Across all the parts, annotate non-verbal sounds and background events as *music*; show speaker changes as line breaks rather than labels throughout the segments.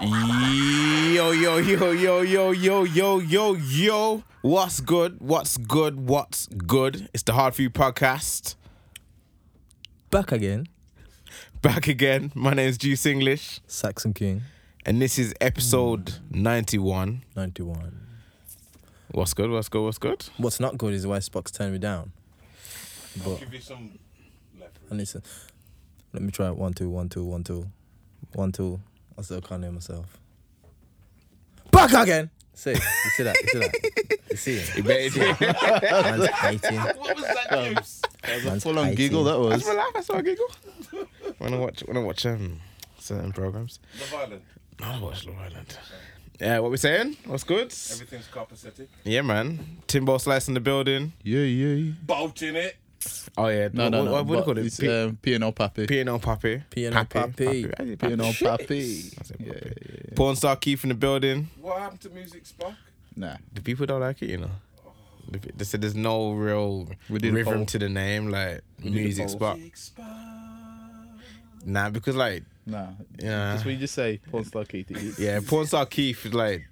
Yo, yo, yo, yo, yo, yo, yo, yo, yo. What's good? What's good? What's good? It's the Hard Food Podcast.
Back again,
Back again. My name is Juice English,
Saxon King,
and this is episode 91.
91.
What's good? What's good? What's good?
What's not good is why Spock's turned me down. But
Give you some leverage.
I need to, let me try it. One, two, one, two, one, two, one, two. I still can't hear myself. Back again! See, you see that? You see that? You see it?
You better do it. Um,
Man's hating.
*laughs* What was that juice?
That was
Man's
a full on
IT.
giggle, that
That's
was.
my laugh. That's my giggle. When I watch, when I watch um, certain programs,
Love Island.
I watch Love Island. Yeah, what we saying? What's good?
Everything's copacetic.
Yeah, man. Timbo Slice in the building.
Yeah, yeah.
Bolt in it.
Oh yeah.
No,
what,
no, no.
What, what do you
but
call it?
It's
P-
um, P&O Pappy.
P&O Papi.
P&O
Papi.
Papi.
Papi. *laughs*
P&O Pappy.
I said
Yeah,
Papi.
yeah, yeah.
Porn star Keith in the building.
What happened to Music Spock?
Nah.
The people don't like it, you know. The pe- They said there's no real
We did a
rhythm
poll.
to the name, like
did a
music
poll.
spot.
Music Spock.
Nah, because like,
Nah.
Yeah.
That's what you just say. Porn star Keithy.
yeah, porn star Keith is like,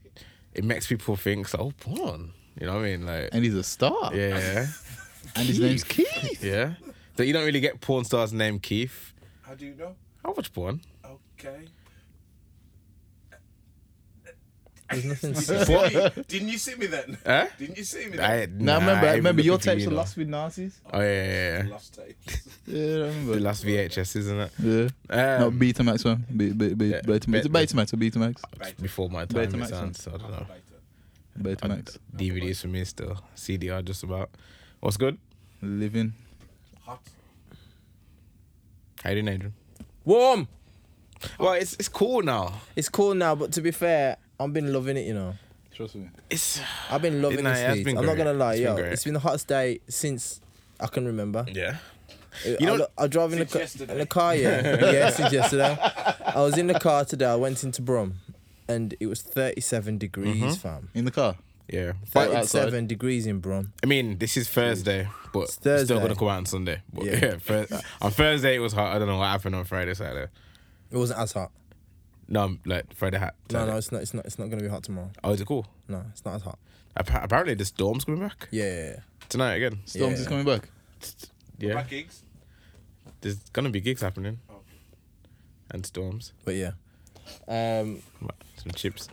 it makes people think, it's like, oh, porn. You know what I mean? Like,
And he's a star.
yeah, yeah,
And his name's Keith.
yeah. So you don't really get porn stars named Keith.
How do you know?
I watch porn.
Okay.
There's
*laughs*
nothing.
Did
To
you see me? Didn't you see me then?
Huh?
Didn't you see me then?
I,
Now,
Uh, nah,
remember,
I ain't
remember
looking
your
for
tapes
you,
were
though.
lost with Nazis?
Oh yeah, yeah, yeah.
Last tapes.
Yeah, I remember.
The last VHS, isn't it?
yeah.
Um,
no, Betamax one. Be, be, be,
yeah,
Betamax.
Bet-
Betamax or Betamax?
Later.
before my time,
Betamax
it sounds. So I don't know.
Later.
Betamax.
DVDs for me still. CDR just about. What's good?
Living.
Hot.
How you doing, Adrian?
Warm!
Well, it's it's cool now.
It's cool now, but to be fair, I've been loving it, you know.
Trust me.
It's
I've been loving
Nah, it has
this heat.
been
I'm not
great.
gonna lie,
It's been
yo.
great.
it's been the hottest day since I can remember.
yeah.
You
know-
I, lo- I drove in the,
Since
ca-
yesterday.
in the car, yeah. yeah, since yesterday. I was in the car today. I went into Brum and it was 37 degrees, fam.
In the car.
Yeah. But uh,
37 degrees in Brum.
I mean, this is Thursday, but
It's
it's still
Thursday.
gonna come out on Sunday. But yeah,
Yeah.
*laughs* Thurs- on Thursday it was hot. I don't know what happened on Friday, Saturday.
It wasn't as hot.
No, I'm- like Friday hot.
No,
Saturday.
no, it's not. It's not. It's not gonna be hot tomorrow.
Oh, is it cool?
No, it's not as hot.
Appa- apparently the storm's coming back
Yeah, yeah, yeah.
tonight again.
Storms
Yeah.
is coming back.
Yeah,
Back gigs.
there's gonna be gigs happening
Okay.
and storms,
but yeah. Um, *coughs*
some chips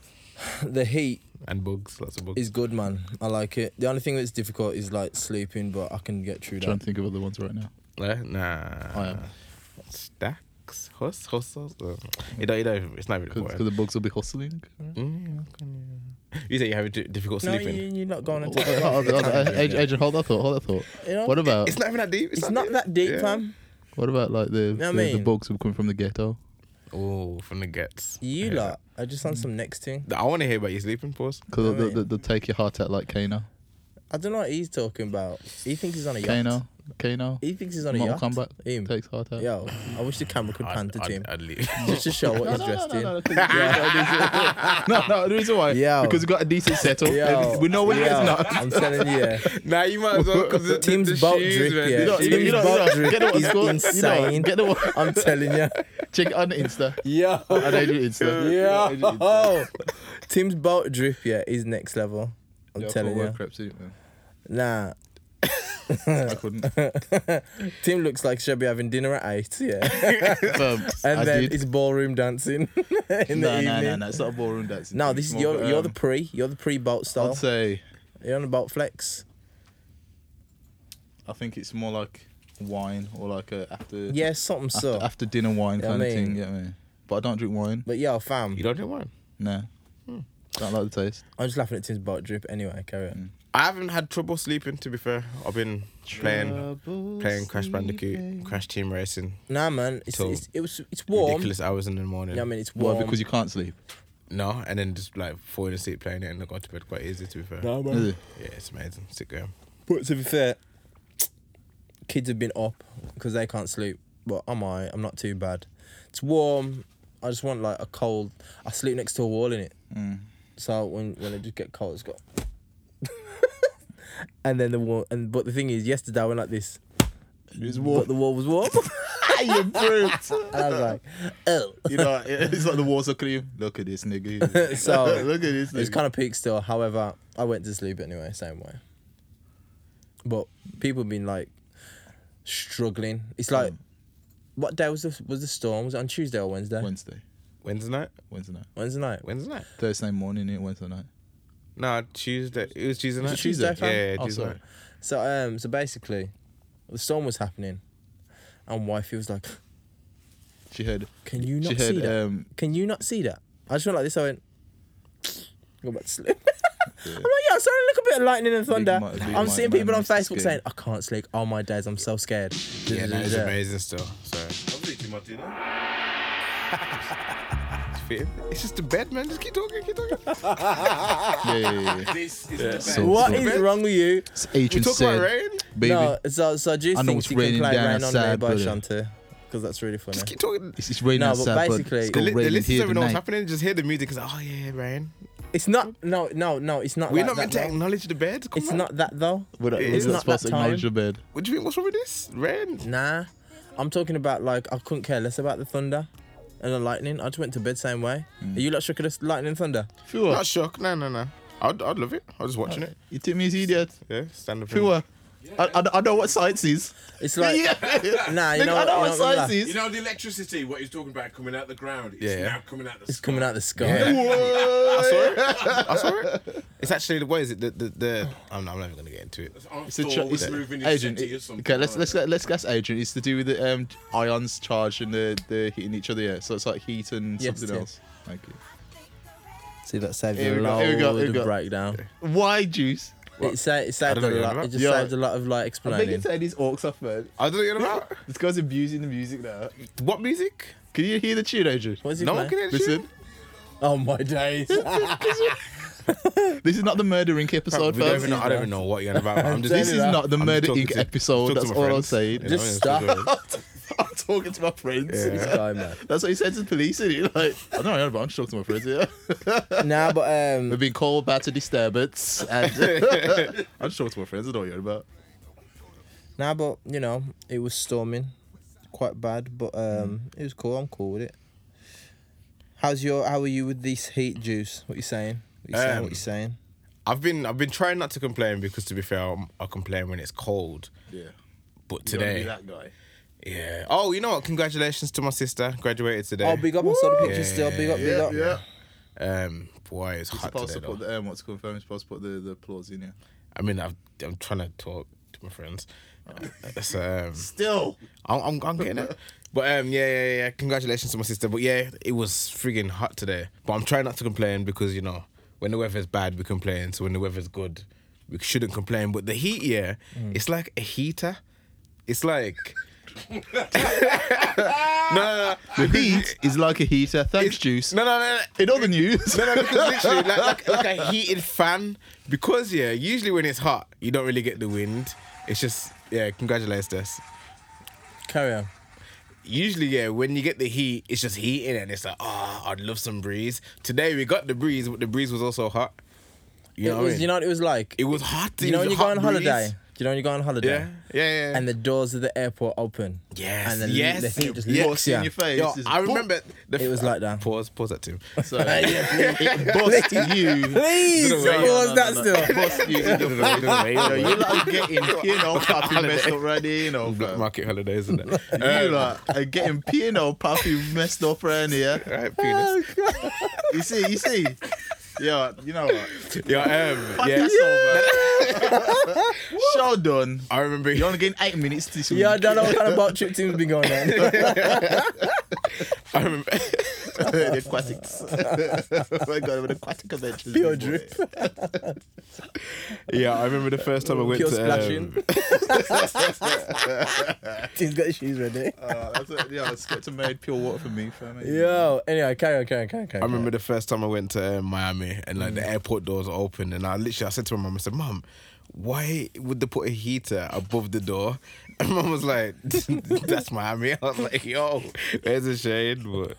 the heat
and bugs, lots of bugs.
is good, man. I like it. The only thing that's difficult is like sleeping, but I can get through
trying
that.
to think of other ones right now.
Eh? Nah.
I am.
Stacks? Hus? Hustles? Uh, you don't, you don't, it's not really
Because
important.
the bugs will be hustling.
Mm, yeah, can you- you say you have a di- difficult
No,
sleeping.
you, you're not going
*laughs* Hold on,
into.
hold on, hold on. Adrian, Adrian, hold that thought. Hold that thought.
You know,
What about
It's not even that deep.
it's not that deep,
Yeah.
fam.
what about like the
know what I
the, the
mean?
bugs who come from the ghetto?
Oh, from the gets.
You
Yeah.
lot are just on some next thing.
I want to hear about your sleeping pause.
Because
Yeah,
they'll,
mate.
they'll, they'll take your heart out like Kano.
I don't know what he's talking about. He thinks he's on a yacht.
Kano. Kano.
He thinks he's on a
Mortal
yacht.
Kombat.
Him.
Takes heart out.
Yo, I wish the camera could pan
I'd,
to
I'd-
Tim
I'd leave. *laughs*
just to show what
No,
he's
no, no,
dressed
no,
in.
no,
*laughs*
'cause- yeah, no, no, the reason why,
Yo.
because we've got a decent setup.
Yo,
we know when
yo,
it's not.
I'm telling you, yeah.
nah, you might as well because the, the,
Tim's
the
belt
shoes,
drip,
man.
yeah.
*laughs* You know,
Tim's
you know, you know,
Baldry
get the one
is
score. You know,
insane.
get the one.
*laughs* I'm telling
*laughs*
you.
Check it on Insta.
Yo.
On Adrian
*laughs*
Insta. Adrian Insta.
Yo. *laughs* Tim's belt drip, yeah, is next level. I'm
Yeah, I
telling
thought
you.
work reps, didn't it,
*laughs* Nah.
man? I couldn't.
*laughs* Tim looks like she'll be having dinner at eight, yeah.
*laughs* Um,
And
I
then
did.
it's ballroom dancing *laughs* in the
no,
evening.
no, no, no, it's not a ballroom dancing.
No,
thing.
this is
More
you're,
of a,
you're
um,
the pre, you're the pre bolt style.
I'd say
You're on about flex.
I think it's more like wine or like a after
Yeah, something
after,
so.
after dinner wine
Yeah, I
kind of
mean-
thing. Yeah, I mean. But I don't drink wine.
But yeah, fam,
*laughs* You don't do one.
No, don't like the taste.
I'm just laughing at Tim's belt drip. Anyway, carry
Mm.
on.
I haven't had trouble sleeping, to be fair. I've been playing playing Crash Bandicoot, Crash Team Racing,
Nah, man, it's,
So,
it's it was it's warm.
ridiculous hours in the morning.
You know what I mean, it's warm.
Why? Because you can't sleep.
No, and then just like falling asleep playing it and I got to bed quite easy to be fair.
Nah, man.
Is it?
Yeah, it's amazing. Sick game.
But to be fair, kids have been up because they can't sleep. But I'm alright. I'm not too bad. It's warm. I just want like a cold. I sleep next to a wall in it,
Mm.
so when when I just get cold, it's got. *laughs* and then the wall, and but the thing is, yesterday I went like this.
It
*laughs*
was
But the wall was warm.
you brute.
I was like, oh.
*laughs* You know, it's like the water cream. Look at this *laughs* nigga.
So,
look at this.
It's
Nigga.
kind of peak still. However, I went to sleep anyway, same way. But people been like struggling. It's like, what day was the was the storm? Was it on Tuesday or Wednesday?
Wednesday,
Wednesday night.
Wednesday night,
Wednesday night.
Wednesday night.
Thursday morning, it Wednesday night.
No, Tuesday. It was Tuesday night.
it Tuesday,
Yeah,
fam?
yeah,
Oh,
Tuesday.
sorry.
night.
So um, so basically, the storm was happening, and wifey was like,
She heard.
"Can you
She
not see
heard.
that?
Um,
Can you not see that?" I just went like this. I went, *sniffs* "Go back to *laughs* sleep." I'm like, yeah, I'm sorry. Look a bit of lightning and thunder.
might- big
I'm
might-
seeing
might
people on
miss the
Facebook
skin.
saying, "I can't sleep. Oh my days, I'm so scared."
Yeah, that is
Yeah.
amazing still. So
I'm eating my dinner.
it's just the bed, man. Just keep talking, keep talking.
yeah, yeah, yeah, yeah.
*laughs* This is the best.
So-
What
It's
is
okay.
wrong with you?
It's
We
ancient
talk
said,
about rain.
baby.
No, so so I do
I know
think
it's
you can
raining
play
down
"Rain on Me"
outside,
by
brother.
Shanti because that's really funny.
Just keep talking.
It's, it's raining
No, but
outside, but
basically-
it's
The,
got
li- the
raining
listeners
here
don't know what's
tonight.
happening. Just hear the music. It's like, oh yeah, rain.
It's not. No, no, no. It's not.
We're
like
not meant
that,
to
though.
acknowledge the bed. Come
It's
on.
not that though.
We're not,
It's
we're not
not
supposed
that
to acknowledge
time.
your bed.
What do you think? What's wrong with this? Rain.
Nah, I'm talking about like I couldn't care less about the thunder and the lightning. I just went to bed same way.
Mm.
Are you lot shook at the lightning and thunder?
Fua,
Not shock. No, no, no. I'd, I'd love it. I was watching it.
you took me as idiot.
Yeah, stand up. and-
Fua, uh, I, I, I know what science is.
It's like
*laughs* yeah.
nah, you
Nigga,
know, what- you
I know what
know what I'm like?
science is.
You know the electricity, what he's talking about coming out the ground, it's
Yeah.
now coming out the
It's
sky.
coming out the sky.
I saw it. I saw it. It's actually the what is it? The the, the I'm, not, I'm never gonna get into it.
It's
It's
a tra- it's
moving his
Adrian.
city or
It,
something.
okay, let's
like
let's
that.
let- let's guess Adrian. It's to do with the um, ions charge and the the hitting each other. Yeah, so it's like heat and
Yes,
something
yeah.
else. Thank you.
See that saved
Here
you
we
a
go,
lot
here we go, here we
of
go.
breakdown.
Why juice?
It saved, it saved
I
a
don't know what
lot.
you're
It just
on about.
saved a lot of like
I think
explaining.
it's Eddie's orcs off, man.
I don't know what you're about.
This guy's abusing the music now.
What music?
Can you hear the tune, Adrian?
What is he
No one
playing?
can hear the
Listen,
tune.
Oh
*laughs*
my days!
this is not the Murder Inc.
We
episode,
don't even know,
folks.
I don't even know what you're on about.
*laughs*
I'm just,
This is
that.
not the
I'm just
Murder
talking
Inc.
to-
episode.
talking to
That's
my
all I'm
friends.
saying.
Yeah,
Just
I'm just-
*laughs* I'm talking to my friends.
Yeah.
This guy, man.
That's what he said to the police, is Like, I don't know, but I'm just talking to my friends, yeah.
*laughs* Nah, but um,
We've been called back to disturbance, and *laughs* I'm just talking to my friends. I don't know about.
Nah, but you know, it was storming, quite bad, but um,
Mm.
it was cool. I'm cool with it. How's your? How are you with this heat juice? What you saying? What you saying?
Um,
what you saying?
I've been I've been trying not to complain because to be fair, I'm, I complain when it's cold.
Yeah,
But today,
that guy.
yeah. Oh, you know what? Congratulations to my sister. Graduated today.
Oh, big up! I saw the pictures
Yeah,
still. Big up! Big
Yeah,
up!
yeah.
Um, boy, it's hot
supposed
today.
to put
Though.
the um, what's confirmed. Supposed to put the the applause in here.
I mean, I've, I'm trying to talk to my friends.
Oh.
It's, um,
Still,
I'm, I'm, I'm getting it. But um, yeah, yeah, yeah. Congratulations to my sister. But yeah, it was friggin' hot today. But I'm trying not to complain because you know when the weather's bad we complain. So when the weather's good, we shouldn't complain. But the heat, yeah, it's like a heater. It's like no, no, no.
the *laughs* heat is like a heater. Thanks, juice.
No, no, no, no.
In other news,
No, no, because literally, like, like, like a heated fan. Because yeah, usually when it's hot, you don't really get the wind. It's just yeah. Congratulations, us.
Carry on.
usually yeah when you get the heat it's just heating and it's like oh i'd love some breeze today we got the breeze but the breeze was also hot you
it
know, what I
was.
mean?
You know what it was like.
it was hot
you know
it
when
was a
you go
hot
on
breeze.
holiday. Do you know when you go on holiday?
yeah yeah yeah
And the doors of the airport open.
Yes,
And the,
yes,
the heat just
yes.
looks
in
yeah.
your
*laughs*
face.
Yo,
is
i remember the
It was like that.
pause pause that
*laughs*
too
*laughs* So, it busts *laughs* you.
Please,
No, no, no,
pause
no,
that
no, no.
still.
Busts you. in your face. *laughs* Yo, you like *laughs* getting, you know, poppy messed *laughs* up right there, you know.
black
bro.
market holidays
*laughs*
Um, and that
You lot are getting piano poppy messed up around here.
right penis
You see, you see. Yeah, you know what?
yeah um yeah
*laughs* Show done.
i remember *laughs*
You're only getting eight minutes to some
Yeah, I don't know what kind of boat trip team's been going on.
i remember *laughs*
*laughs* the aquatics. oh my god, with aquatic adventures.
Pure
boy.
drip.
yeah i remember the first time i went
Pure
to um,
splashing. *laughs* He's got his shoes ready.
Uh, that's a, yeah, that's got to made pure water for me, for me.
Yo, anyway, carry on, carry on, carry on. Carry
I
on.
remember the first time I went to uh, Miami and like
Mm.
the airport doors were open and I literally I said to my mum I said mum why would they put a heater above the door *laughs* and mum was like *laughs* that's Miami *laughs* I was like yo there's a shade
*laughs*
but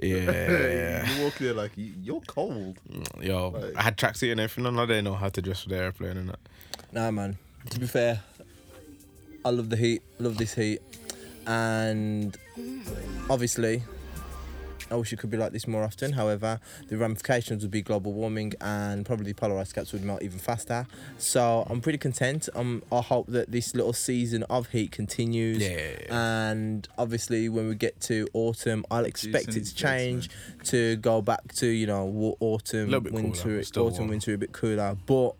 yeah
You walk there like "You- you're cold.
yo I had tracksuit and everything and I didn't know how to dress for the airplane and that
Nah, man. To be fair, I love the heat. Love this heat. and obviously I wish it could be like this more often. However, the ramifications would be global warming and probably the polar ice caps would melt even faster. So I'm pretty content. Um, I hope that this little season of heat continues.
Yeah, yeah,
And obviously, when we get to autumn, I'll expect it
Decent
to change to go back to you know wa- autumn,
Little bit cooler,
winter,
still
autumn,
warm.
winter a bit cooler. But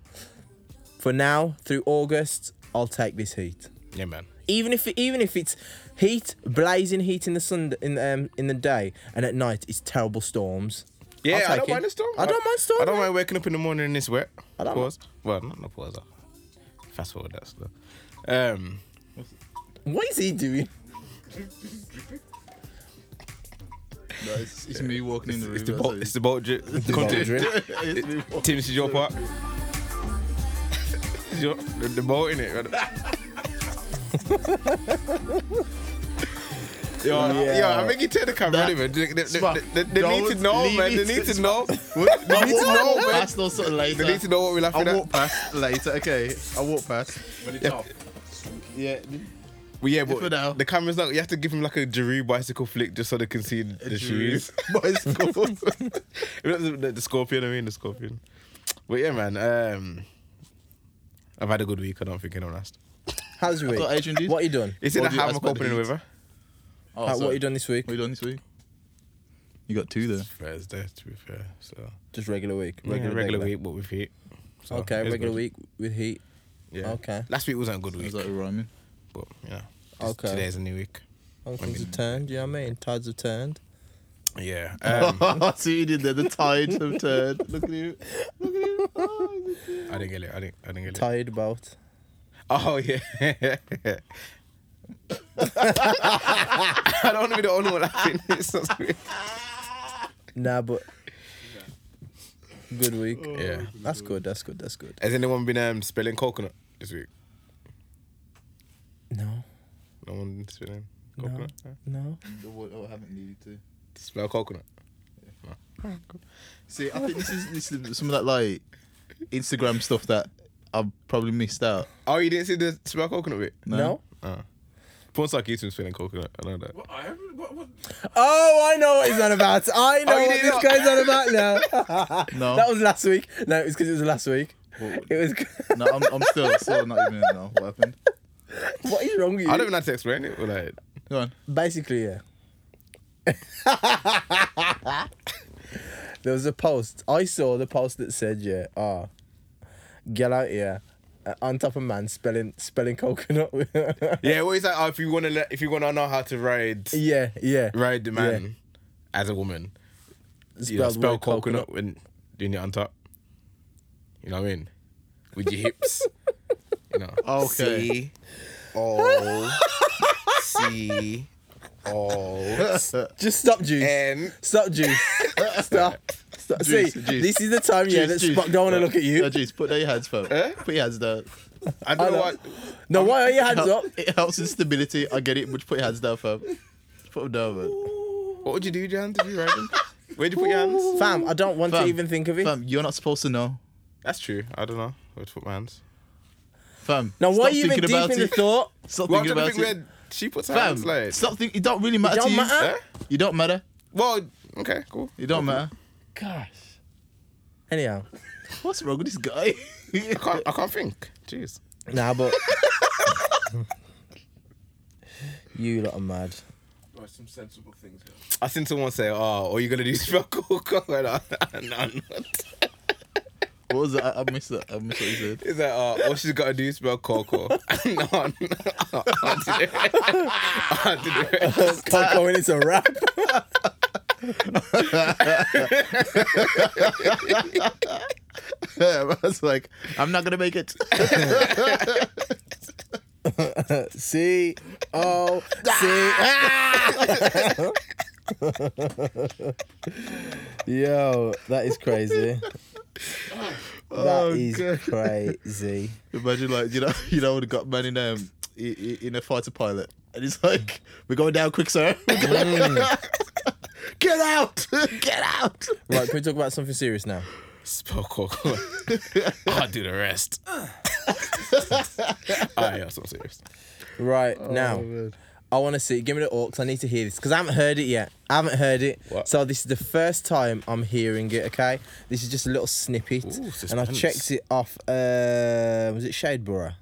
for now, through August, I'll take this heat
Yeah, man.
even if even if it's heat, blazing heat in the sun in um, in the day, and at night it's terrible storms. I'll
Yeah, I
take
don't
it.
mind the storm.
I don't mind storm.
I don't
man.
mind waking up in the morning and it's wet.
I don't
pause. Well, not no pause. uh, Fast forward that stuff. Um,
What is he doing?
No, it's, it's me walking in the room.
it's the
that's
boat.
it.
oh, It's the boat drip.
boat
Country.
drip.
*laughs* It's me walking-
Tim, this is your part. *laughs* It's your- the, the boat in it. Yo,
Yeah.
yo, I make you turn the camera
That-
anyway. They, they, they,
Smack.
they- they need to
Don't
know,
leave
man. They
it.
need to know.
What?
They need to
I
know,
walk
man.
Past or something later.
*laughs* They need to know what we're laughing
I
at.
walk past later. Okay, I walk past.
When it's
Yeah.
off.
Yeah,
Well, yeah,
for now.
but the camera's not. You have to give him like a Giroud bicycle flick just so they can see the *laughs* shoes.
bicycle.
*laughs* the, the- the scorpion, I mean the scorpion. But yeah, man. Um, I've had a good week. I don't think anyone asked.
How's your week?
thought Adrian did.
What you done?
Is it
Well,
a
do you
hammer
ask about
opening
the
with
heat?
her?
Oh,
How,
sorry.
what you done this week?
What you done this week? You got two there.
Thursday, to be fair. So
Just regular week.
regular,
day,
regular
like-
week, but with heat. So,
okay,
it's
regular
good.
week with heat.
Yeah.
Okay.
Last week wasn't a good week,
Is that rhyming?
but yeah.
Okay.
Today's a new week.
Oh, things have turned. You know what I mean? Tides have turned. *laughs*
Yeah. Um,
*laughs* See what you did there. The tides have turned. Look at you.
I didn't get it. I didn't. I didn't get it.
Tired about.
Oh yeah. *laughs* I don't want to be the only one laughing. *laughs* It's not so weird.
Nah, but
*laughs*
good week.
Yeah.
That's good. That's good. That's good.
Has anyone been um, spelling coconut this week?
No,
No one been spelling coconut. No.
no.
I haven't needed to.
Spell coconut.
See, I think this is this is some of that like Instagram stuff that I've probably missed out.
Oh, you didn't see the spell coconut bit?
No.
Uh. Porn star keeps him spelling coconut. I know that.
What? I haven't. What? what?
Oh, I know what he's on about. I know
Oh, you
what
did
this
not-
guy's on about now.
No,
That was last week. No, it was because it was last week. It was.
*laughs*
*laughs*
no, I'm, I'm still still not even know what happened.
what is wrong with you?
I don't even know how to explain it. But like,
*laughs*
Go on.
Basically, yeah. there was a post. I saw the post that said, "Yeah, ah, get out here." uh, on top of man spelling spelling coconut. *laughs*
yeah, what is that? Oh, if you wanna let, if you wanna know how to ride,
yeah, yeah.
ride the man as a woman, you know, spell
word
coconut, when doing it on top. You know what I mean? With your hips. You know.
*laughs*
C
Okay.
O C O
*laughs*
Just stop, juice.
N.
Stop, juice. stop. Stop.
Juice,
See,
juice.
this is the time, yeah, that
Juice, juice.
Spock don't want to look at
No,
you.
jeez, put down your hands, fam.
Eh?
Put your hands down.
I don't know
I
what.
No, why are your hands up?
It helps in stability. I get it, but put your hands down, fam. Put them down, man.
What would you do, Jan? Did you ride them? Where'd you put your hands?
Fam, I don't want
Fam,
to even think of it.
Fam, you're not supposed to know.
That's true. I don't know where to put my hands.
Fam.
Now, why
stop
are you even
thinking
deep
about
in the
it.
thought?
Stop
Well, I'm
thinking
trying
about
to think
it.
where she puts her hands.
Fam,
Like,
stop thinking. It don't really matter
don't
to you.
matter.
eh?
You don't matter.
Well, okay, cool.
You don't matter.
Gosh. Anyhow,
What's wrong with this guy? *laughs*
I can't. I can't think. Jeez.
nah, but you lot are mad.
Right, some sensible things. Here.
I seen someone say, "Oh, all you're gonna do *laughs* is fuck coconut." And I'm not.
what was that? I, I missed that. I missed what you *laughs* said.
Is that uh, all she's got to do is spell *laughs* Coco? no, no, I did it. I did it.
Coco and it's a wrap. *laughs*
I was like, I'm not gonna make it.
C O C. *laughs* Yo, that is crazy. That
*laughs* Oh,
is
God.
crazy.
*laughs* Imagine like you know *laughs* you know the got man in um i- i- in a fighter pilot and he's like we're going down quick sir *laughs*
Mm.
get out *laughs* get out
Right, can we talk about something serious now?
Spell *laughs* Coco. I'll do the rest. *laughs* oh, yeah, that's not serious.
Right now, I want to see. Give me the aux. I need to hear this because I haven't heard it yet. I haven't heard it.
What?
So this is the first time I'm hearing it. Okay, this is just a little snippet, and I
suspense.
checked it off. Uh, was it Shadeborough?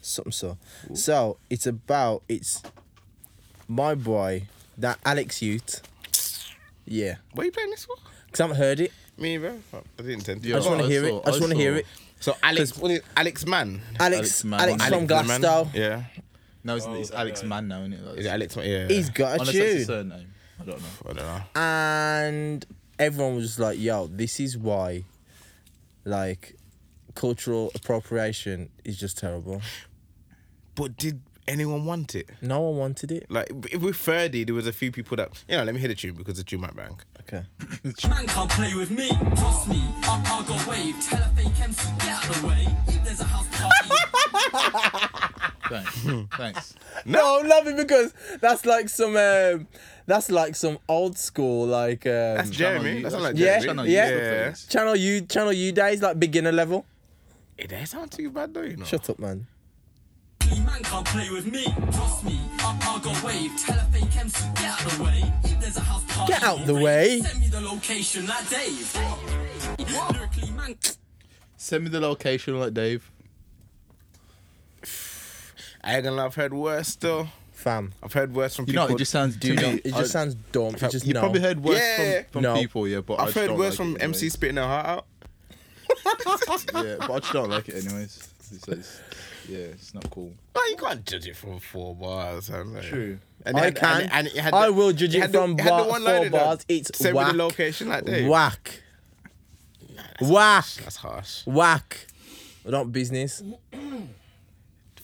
Something so. So it's about it's my boy that Alex Ute. Yeah,
What are you playing this for?
because I haven't heard it.
Me, bro. I didn't intend to.
Yeah.
I just want to
I
hear it.
saw-
I just
I
want to
saw.
hear it.
So Alex, what is Alex Mann?
Alex, Alex,
Alex Mann.
from
Alex Mann?
Glasgow.
Yeah.
No, it's, it's
that
Alex
guy.
Mann now, isn't it? Like,
Is it Alex Mann? Yeah.
He's got a
Unless that's his
tune.
surname. I don't know.
I don't know.
and everyone was just like, "Yo, this is why, like, cultural appropriation is just terrible.
But did anyone want it?
No one wanted it."
Like, if we're 30, there was a few people that, you know, let me hear the tune because the tune might bang.
Okay.
Man can't play with me, trust me. I can't go wave. Tell a fake MC, get out of the way. If there's a house party,
*laughs* Hmm.
Thanks. Thanks.
*laughs* No, I'm laughing because that's like some, um, that's like some old school like um,
That's Jeremy. That's not like
Yeah,
Jeremy.
yeah.
yeah.
channel U, channel U days like beginner level.
It doesn't sound too bad though, you know.
Shut up, man.
man can't play with me, trust me. I can't go wave. Tell a fake MC, get out of the way. If there's a house party,
Get out the
or
way.
rave, Send me the location, like Dave. Lyrically, man.
Send me the location, like Dave.
I ain't gonna lie, I've heard worse still.
Fam,
I've heard worse from
You
people.
know, it just sounds
it
dude.
just sounds dumb. It just
You
no.
probably heard worse
Yeah.
from, from
No.
people, yeah. But I
I've
just
heard
don't
worse
like
from
it
MC
anyways.
spitting her heart out.
yeah, but I just don't like it *laughs* anyways. It's, it's, yeah, it's not cool.
Well, you can't judge it from four bars. I'm like-
True.
And it
I
had-
can.
And, and it had
I
the-
will judge it,
had the-
from
it had the
bar,
one
four
liner though.
bars. It's
Send me
whack.
the location like that.
Whack. Whack.
That's harsh.
Whack. I don't business.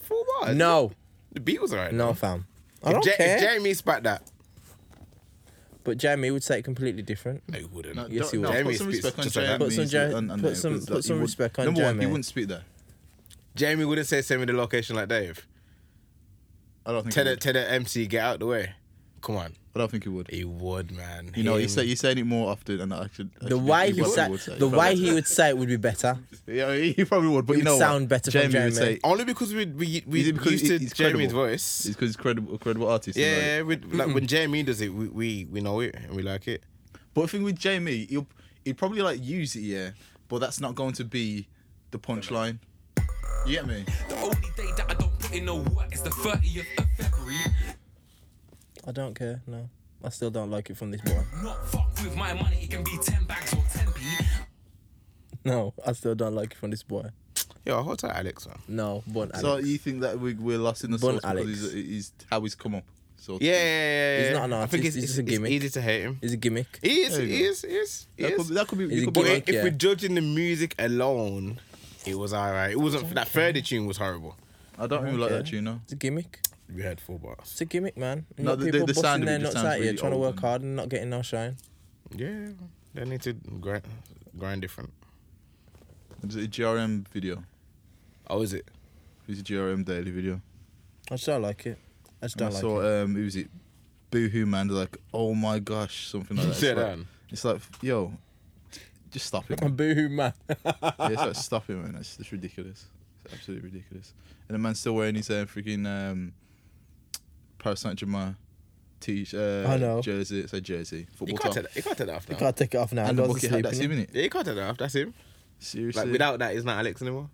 Four bars.
No.
The beat was alright.
No,
though.
fam. I
Uh, If
don't
Ja- if
care.
Jeremy spat that.
But Jamie would say it completely different.
No, you wouldn't.
No,
Yes,
don't-
he would.
no,
Jeremy
put some
speaks
respect on
just like that.
Jeremy.
Put some Jer- put some-
because,
put
like, he
some
would-
respect on
Number one, he
Jeremy.
wouldn't speak there.
Jeremy wouldn't say send me the location like Dave.
I don't think.
Tell
he
the,
*laughs* would.
tell the MC get out the way. Come on.
I don't think he would.
He would, man.
You know,
Him.
you say you're saying it more often, and I should.
The way he said, the way he would say it would be
*laughs*
better.
yeah, he probably would, but
It
you
would
know, what?
sound better from
Jamie would
Jeremy.
say, "Oh,
Only because we we we
Is it because
used to
he- he's
Jeremy's
credible?
voice.
it's because he's credible, credible artist. and,
yeah,
like-
yeah, we, like
*laughs*
when Jeremy does it, we, we we know it and we like it.
But the thing with Jamie, he'll he'd probably like use it, yeah. But that's not going to be the punchline. You get me?
The only day that I don't put in no work is the 30th of February.
I don't care. No, I still don't like it from this boy.
Not fuck with my money, it can be 10 bags or 10p.
*laughs* No, I still don't like it from this boy.
Yo, hold tight, Alex, man.
No, but Alex.
So you think that we, we're lost in the
Bun
sauce because
Alex.
he's, he's how he's come up. So
Yeah, yeah, yeah, yeah.
He's not an
I think it's,
artist, he's
it's,
just a gimmick.
it's easy to hate him.
is a gimmick.
He is,
There you
he
go.
is, he is, he
that could
is.
be that could be.
Is
you
it
could be
But
right.
gimmick?
if
yeah.
we're judging the music alone, it was alright. It wasn't that third tune was horrible.
I don't really like
Okay.
that tune. No.
It's a gimmick.
We had four bars.
It's a gimmick, man. You
No,
know,
the- the-
people
the
busting
sound of it
their
just
nuts
sounds
out here,
really
trying to
old
work
and-
hard and not getting no shine.
Yeah, they need to grind, grind different.
It's a GRM video.
Oh, is it?
It's a GRM daily video.
I just don't like it. I just
And
don't
I
like
saw
it.
um, who was it? Boohoo man. They're like, oh my gosh, something like that.
Sit
it's, like,
down.
it's like, yo, just stop
*laughs*
it.
I'm boohoo man.
yeah, it's like stop it, man. That's just ridiculous. It's absolutely ridiculous. And the man's still wearing his uh, freaking um, Paris Saint Germain t uh,
I know.
jersey. It's a jersey
You
football
can't
top.
tell. You can't tell that off now.
Can't take it off now.
And
I
the
was
bucket hat. That's
sleeping.
him, innit?
Yeah, you can't tell that off. That's him.
Seriously,
Like without that, it's not Alex anymore.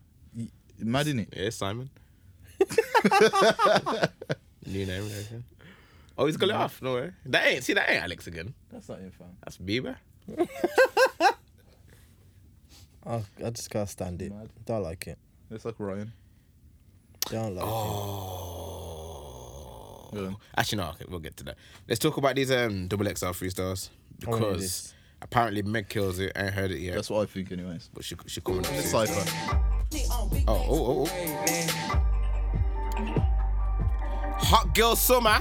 mad in it.
Yeah, it's
*laughs*
Simon. New name and everything. Oh, he's got it off. No way. That ain't see. That ain't Alex again.
That's not your fan.
That's Bieber.
I, I just can't stand it.
Mad.
Don't like it.
It's like Ryan.
Don't like
Oh. Go on.
Actually, no. Okay, we'll get to that. Let's talk about these um double XL freestyles
wanna hear
because
this.
apparently Meg kills it. I ain't heard it yet,
That's what I think, anyways.
but she she coming. up
It's
soon.
Cypher.
Oh, oh, oh, oh. Hot girl summer.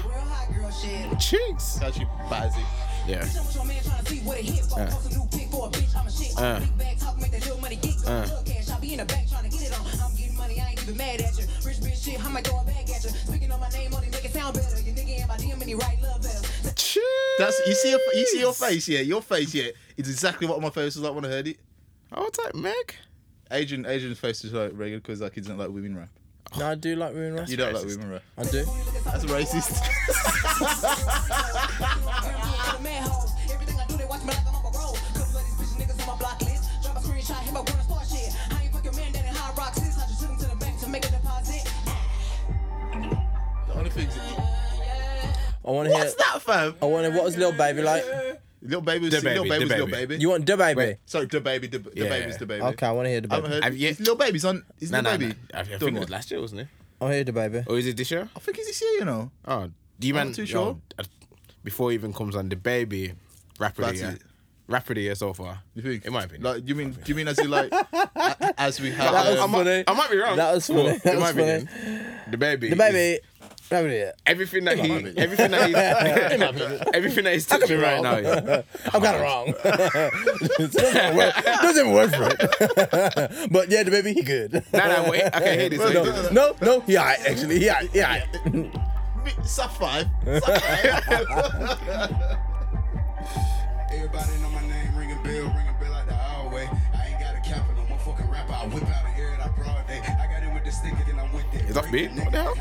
Cheeks.
It's actually Bazzy.
Yeah.
Uh. Uh. I'm getting money, I ain't even mad at you. Rich bitch shit, I might throw it back at you. Speaking on my name only make it sound better. Your nigga in my DM and he write love letters.
Cheeks.
That's you see your, you see your face, yeah. Your face, yeah. It's exactly what my face was like when I heard it.
Oh, it's like Meg.
Adrian, Adrian's face was like regular because like he doesn't like women rap.
it. No, I do like Ruin Ross.
You don't like
racist.
women rap.
I do.
Booty looking so
That's racist.
Everything I do, they watch me like I'm on parole. Couple of these bitch niggas on my block list. Drop a screenshot, hit my one spot shit. I ain't fucking man down in high rocks. I just took him to the bank to make a deposit.
*laughs* The only thing's
I want to hear.
What's that, fam?
I want to. What was Lil Baby like?
Little baby,
Da
was little
Oh, Baby,
baby,
Da
little
Baby.
baby.
You want the baby?
Wait.
Sorry, the baby, the, the
Yeah.
baby's the baby.
Okay, I want to hear the
I haven't
baby.
heard.
Have you-
Is little baby's on. Is
No,
little
no, no.
baby?
I, I think
done
it was
one?
last year, wasn't it?
I hear the baby.
Or is it this year?
I think it's this year, you know.
Oh, do you
I'm
man?
not too sure.
yo, before he even comes on, the baby rapper of the
That's
year,
it.
rapper of the year so far.
You think?
It might be.
Like, you mean? Do you mean as you like? a- as we have.
That was
I,
um,
might, I might be wrong.
That was funny.
Well,
That
it might
was
be
funny.
then. The baby.
The baby. Baby. yeah.
everything *laughs* that he,
might be.
everything that he, *laughs* everything that he's touching right now. Yeah.
I've got it wrong. *laughs* doesn't, work. doesn't work for it. *laughs* but yeah, the baby, he good.
No, no, wait, okay, hear this.
Well,
hear
no,
this.
*laughs* No, no, he alright, actually. He alright, he alright.
Mi-
*laughs*
Sapphire. Sapphire.
Everybody know my name, ring a bell, ring a bell out the hallway. I ain't got a cap and I'm a fucking rapper. I whip out of here and I broad day. I got in with the stick and I'm with it.
Is that beat? What the hell?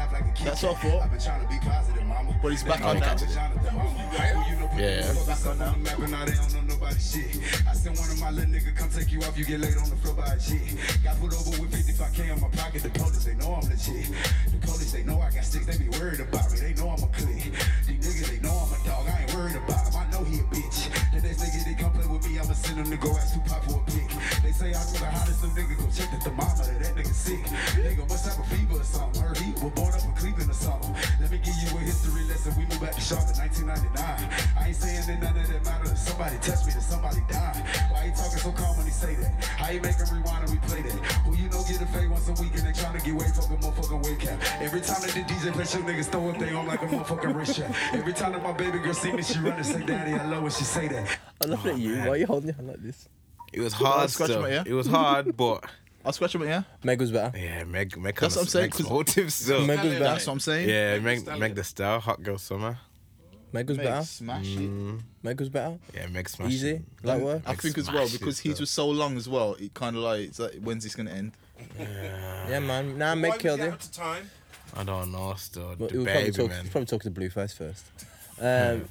That's all for.
I've been trying to be positive, mama.
But he's back
They
on
call me
that.
Jonathan, mama. Who you know put
Yeah.
themselves outside on the map and now they don't know nobody shit. I send one of my little nigga come take you off, you get laid on the floor by a chick. Got put over with 55k in my pocket. The police, they know I'm legit. The police, they know I got sticks, they be worried about me. They know I'm a clique. These niggas, they know I'm a dog. I ain't worried about him. I know he a bitch. The next nigga they come play with me, I'ma send him to go ask Tupac for a pic. They say I know the hottest little nigga, go check the thermometer. That nigga sick. Nigga must have a fever or something. Heard he was born up in Cleveland or something. Let me give you a history lesson. We moved back to Charlotte 1999. I ain't saying that none of that matters. Somebody touched me, then somebody died. Why he talking so calm when he say that? How you make him rewind and replay that? Who you know get a fade once a week and they tryna get way fucking motherfucking wake cap. Every time that the DJ plays your niggas throw up they on like a motherfucking wrist shot. Every time that my baby girl see me, she run and say, Daddy, I love when she say that.
I'm looking at you. Why are you holding your hand like this?
It was hard
scratch
stuff.
my ear.
It was hard, but
I'll scratch him. Yeah.
Meg was better.
yeah, Meg, Meg.
That's what I'm saying, 'cause-
Motive still.
Meg was
That's
better.
what I'm saying.
Yeah, Meg, Meg the Star, Hot Girl Summer.
Meg was
Mate,
better.
smash it.
Meg was better.
Yeah, Meg smash.
Easy. Like what?
I think as well
smash it,
because
though.
his was so long as well. It kind of like it's like when's this gonna end?
Yeah, man. Nah, Meg killed him.
Out of time.
I don't know still.
But
the
we'll
baby
probably talk,
man.
probably talk to Blueface *laughs* first. Um,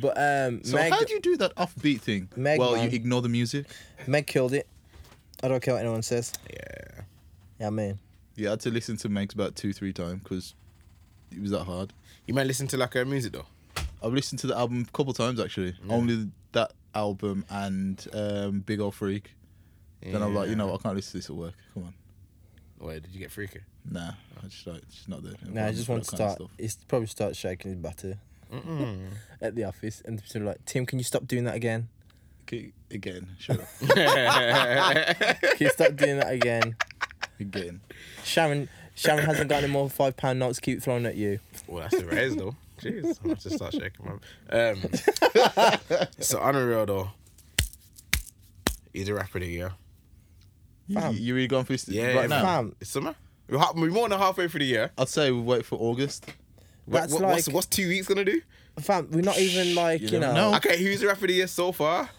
but um,
So
Meg,
how do you do that offbeat thing?
Meg,
well,
man.
you ignore the music.
Meg killed it. I don't care what anyone says.
Yeah.
Yeah, I mean,
Yeah, I had to listen to Meg's about two, three times because it was that hard.
You might listen to like her music though.
I've listened to the album a couple times actually. Only that album and um, Big Old Freak. Then I'm like, you know, what, I can't listen to this at work. Come on,
Wait, did you get freaky?
nah, I just like it's not there.
no, I just want to
That kind of
start.
stuff.
He's probably start shaking his butter at the office, and people are like, "Tim, can you stop doing that again?
Okay, again. Shut up.
*laughs* Can you stop doing that again?"
again.
Sharon, Sharon hasn't got any more five pound notes. Keep throwing at you.
Well, that's the raise though. *laughs* Jeez, I'm just start shaking my. Um,
*laughs*
so on a real though, he's a rapper of the year.
You,
Fam.
you really going for this
Yeah,
right now?
Fam,
Um, It's summer. We're, ha- we're more than halfway through the year.
I'd say we wait for August.
What,
That's
what- what's,
like-
what's two weeks gonna do?
fam, we're not even like you,
You
know.
never know.
Okay, who's the rapper of the year so far?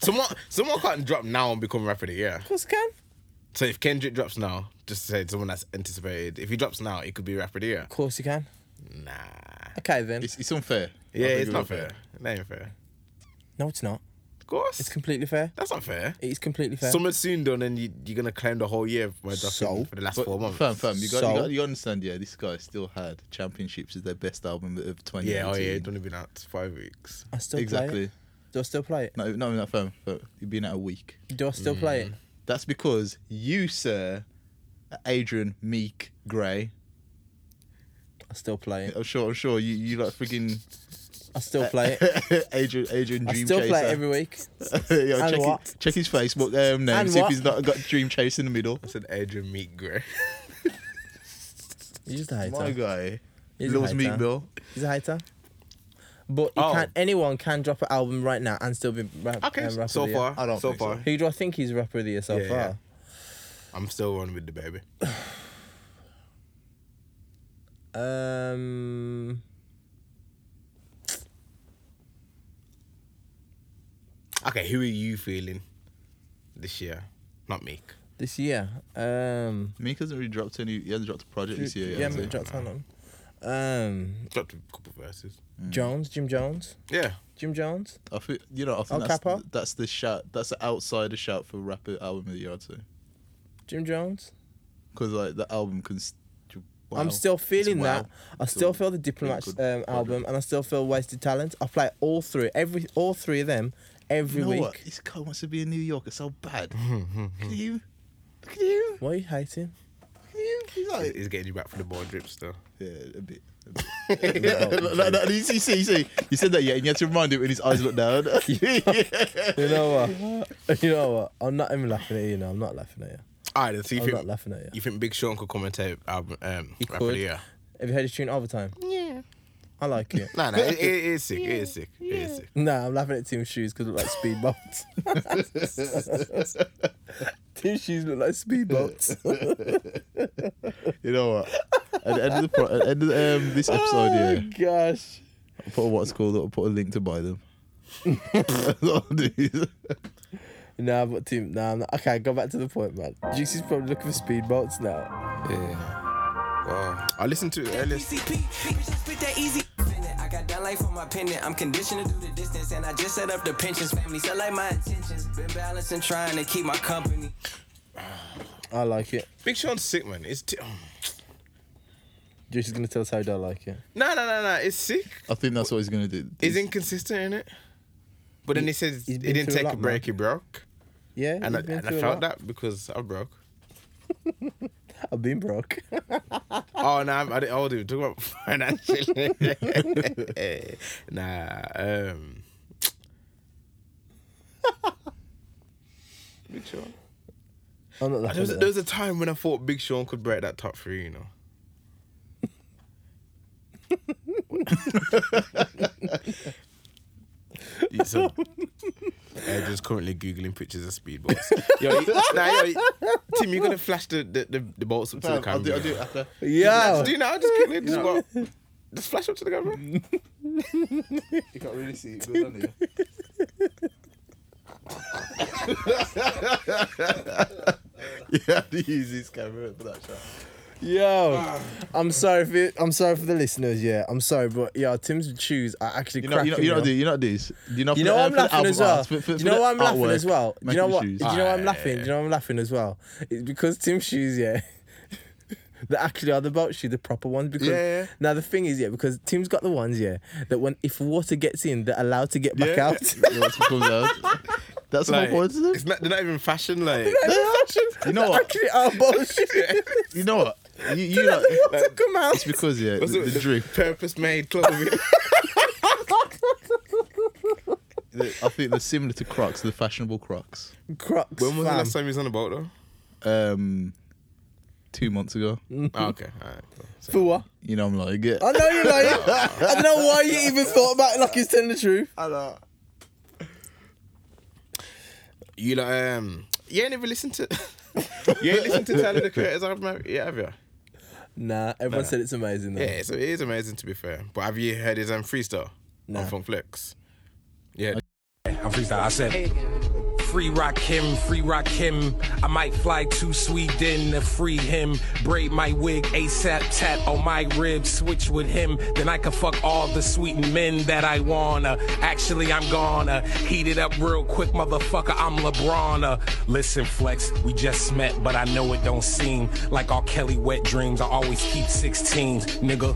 Someone, someone can't drop now and become rapper of the year.
Of course, I can.
So if Kendrick drops now, just to say someone that's anticipated. If he drops now, it could be rapper of the year.
Of course, you can.
Nah.
Okay, then.
It's, it's unfair.
Yeah,
I think
it's
it
not
was
fair. It ain't fair.
no, it's not.
Of course,
It's completely fair.
that's not fair.
It is completely fair.
Summer's soon done, and you, you're gonna claim the whole year by dropping
So?
for the last
But
four months.
fam, fam, you got,
So-
you got you understand? Yeah, this guy still had championships as their best album of 2018.
Yeah, oh yeah, it's only been out five weeks.
I still play
exactly.
it. Do I still play it?
No, not even that fam. But you've been out a week.
Do I still play
Mm.
it?
That's because you, sir, Adrian Meek Gray.
I still play it.
I'm sure. I'm sure you you like freaking
I still play
*laughs*
it.
Adrian Adrian
I
Dream
still
Chaser.
play it
*laughs*
every week.
Yo,
And
check,
what?
His, check his Facebook um, name.
And
see
what?
if he's not got Dream Chase in
*laughs*
the middle.
I said Adrian Meat Gray. *laughs*
He's just a hater.
My guy
He's a
loves
hater.
Meek Mill.
He's a hater. But you
Oh.
can't, anyone can drop an album right now and still be rap,
Okay,
um, rapper
so
of the year.
far,
I don't
so
think so.
far,
Who do I think he's rapper of the year so
Yeah,
far?
yeah. I'm still running with the baby.
Um,
Okay, who are you feeling this year? Not Meek.
this year. Um,
Meek hasn't really dropped any. He hasn't dropped a project this year.
yeah,
yet, has
haven't
he?
dropped one on. Um,
Dropped a couple verses.
Mm.
Jones, Jim Jones,
Yeah.
Jim Jones.
I think you know. I
El
think that's,
Capo?
that's the shout. That's the outsider shout for rapper album of the year too.
Jim Jones.
Because like the album can. st- wow.
I'm still
It's
feeling
wow.
that. I
It's
still
a
feel the
really
Diplomats
good
um,
project.
album, and I still feel Wasted Talent. I play all three, every all three of them every
You know
week.
what? This guy wants to be a New Yorker so *laughs* bad. Look at you. Look at you.
Why are you hating?
Look at you. He's
He's-
like.
He's getting you back from the board drips though.
Yeah, a bit. a bit. Yeah, *laughs* no, no, you see, you see, you see, you said that, yeah, and you had to remind him when his eyes looked down. *laughs*
You know what? *laughs* you know what? I'm not even laughing at you. No, I'm not laughing at you.
Alright, then, so you
I'm Oh, not
think
laughing at you.
you think Big Sean could commentate album um
He
rap
could.
of the year?
Have you heard his tune overtime? Yeah. I like it. *laughs*
Nah, nah, it, it it is sick. It is sick. It is sick.
Nah, I'm laughing at Tim's shoes because look like speedboats. *laughs* Tim's shoes look like speedboats.
*laughs*
*laughs*
you know what? At the end of the, pro- at the end of the, um, this episode,
oh
yeah,
gosh.
I'll put a what's called, I'll put a link to buy *laughs* them. I'll
Nah, but Tim, nah, I'm not. Okay, go back to the point, man. Jukes is probably looking for speedboats now.
Wow. I listened to it earlier.
PCP, bitch, I spit that easy. Finna, I got down life on my pendant. I'm conditioned to do the distance, and I just set up the pensions. Family, so like my intentions. Been balancing, trying to keep my company.
I like it.
Big Sean's sick, man. It's t- oh.
Jukes is gonna tell us how he don't like it.
no, no, no, no. It's sick.
I think that's what he's going to do.
It's inconsistent, isn't it? But then he says
he's
he
been
didn't
through a
take a
lot,
break.
man.
He broke,
Yeah,
and I,
he's been
and I
through a
felt
lot.
that because I broke.
I've been broke.
*laughs*
*laughs*
Oh no, I, I didn't. Oh, dude, talk about *laughs* financially. nah. Um, Big Sean. There
I'm not
was,
laughing. At
there
that.
was a time when I thought Big Sean could break that top three. You know. Yeah, so, Edward's currently googling pictures of speedboats. *laughs* yo, you, nah, yo, you- Tim, you're gonna flash the the, the, the bolts up to the camera.
I'll do, I'll do it after.
Yo,
Do you know? Just quickly, just go. Just flash up to the
*laughs*
camera.
You can't really see it good on you. *laughs* you have to use this camera for that shot. Ah.
yo. I'm sorry for it. I'm sorry for the listeners. Yeah, I'm sorry, but yo, Tim's shoes are actually
You know,
cracking.
you know, you know,
me up.
do- you know this. Do you know,
You
for
know
the-
why I'm
for the
laughing
album
as well.
art, for- for-
Do you
for
know
the
why I'm laughing
artwork,
as well. Do you
making
know
the
what? Do you
shoes.
know why I'm laughing? Do you know why I'm laughing as well? It's because Tim shoes, yeah. *laughs* They actually are the boat shoes, the proper ones. Because
Yeah, yeah.
now the thing is, yeah, because Tim's got the ones, yeah, that when if water gets in, they're allowed to get back
Yeah.
*laughs*
out. *laughs*
You know, it comes out. That's my
Like,
point to them.
it's not, they're not even fashion.
*laughs*
Like,
They *laughs*
You know what?
Actually, are
*laughs*
boat shoes.
You know what? You, you
Let
know,
the water come out.
it's because yeah, the,
what's it-
the drip.
purpose-made
*laughs*
clothing.
the- I think they're similar to Crocs, the fashionable Crocs.
Crocs.
when was the
fam.
last time he was on a boat, though?
Um, two months ago,
Oh, okay, all right. Cool. So-
For what?
you know, I'm like, yeah.
Mm. I know you're lying. I don't know why you even thought about it like he's telling the truth.
You like um you ain't ever listened to *laughs* You ain't listened to Tyler the Creator's album have you? Yeah, have you?
Nah, everyone said it's amazing though.
Yeah, so it is amazing to be fair. But have you heard his um freestyle
Nah.
on Funk Flex? Yeah.
I'm freestyle. I said, Free rock him, free rock him. I might fly to Sweden to free him. Braid my wig ASAP, tat on my ribs, switch with him. Then I can fuck all the sweet men that I wanna. Actually, I'm gonna heat it up real quick, motherfucker. I'm LeBron. uh. Listen, Flex, we just met, but I know it don't seem like all Kelly wet dreams. I always keep 16s, nigga.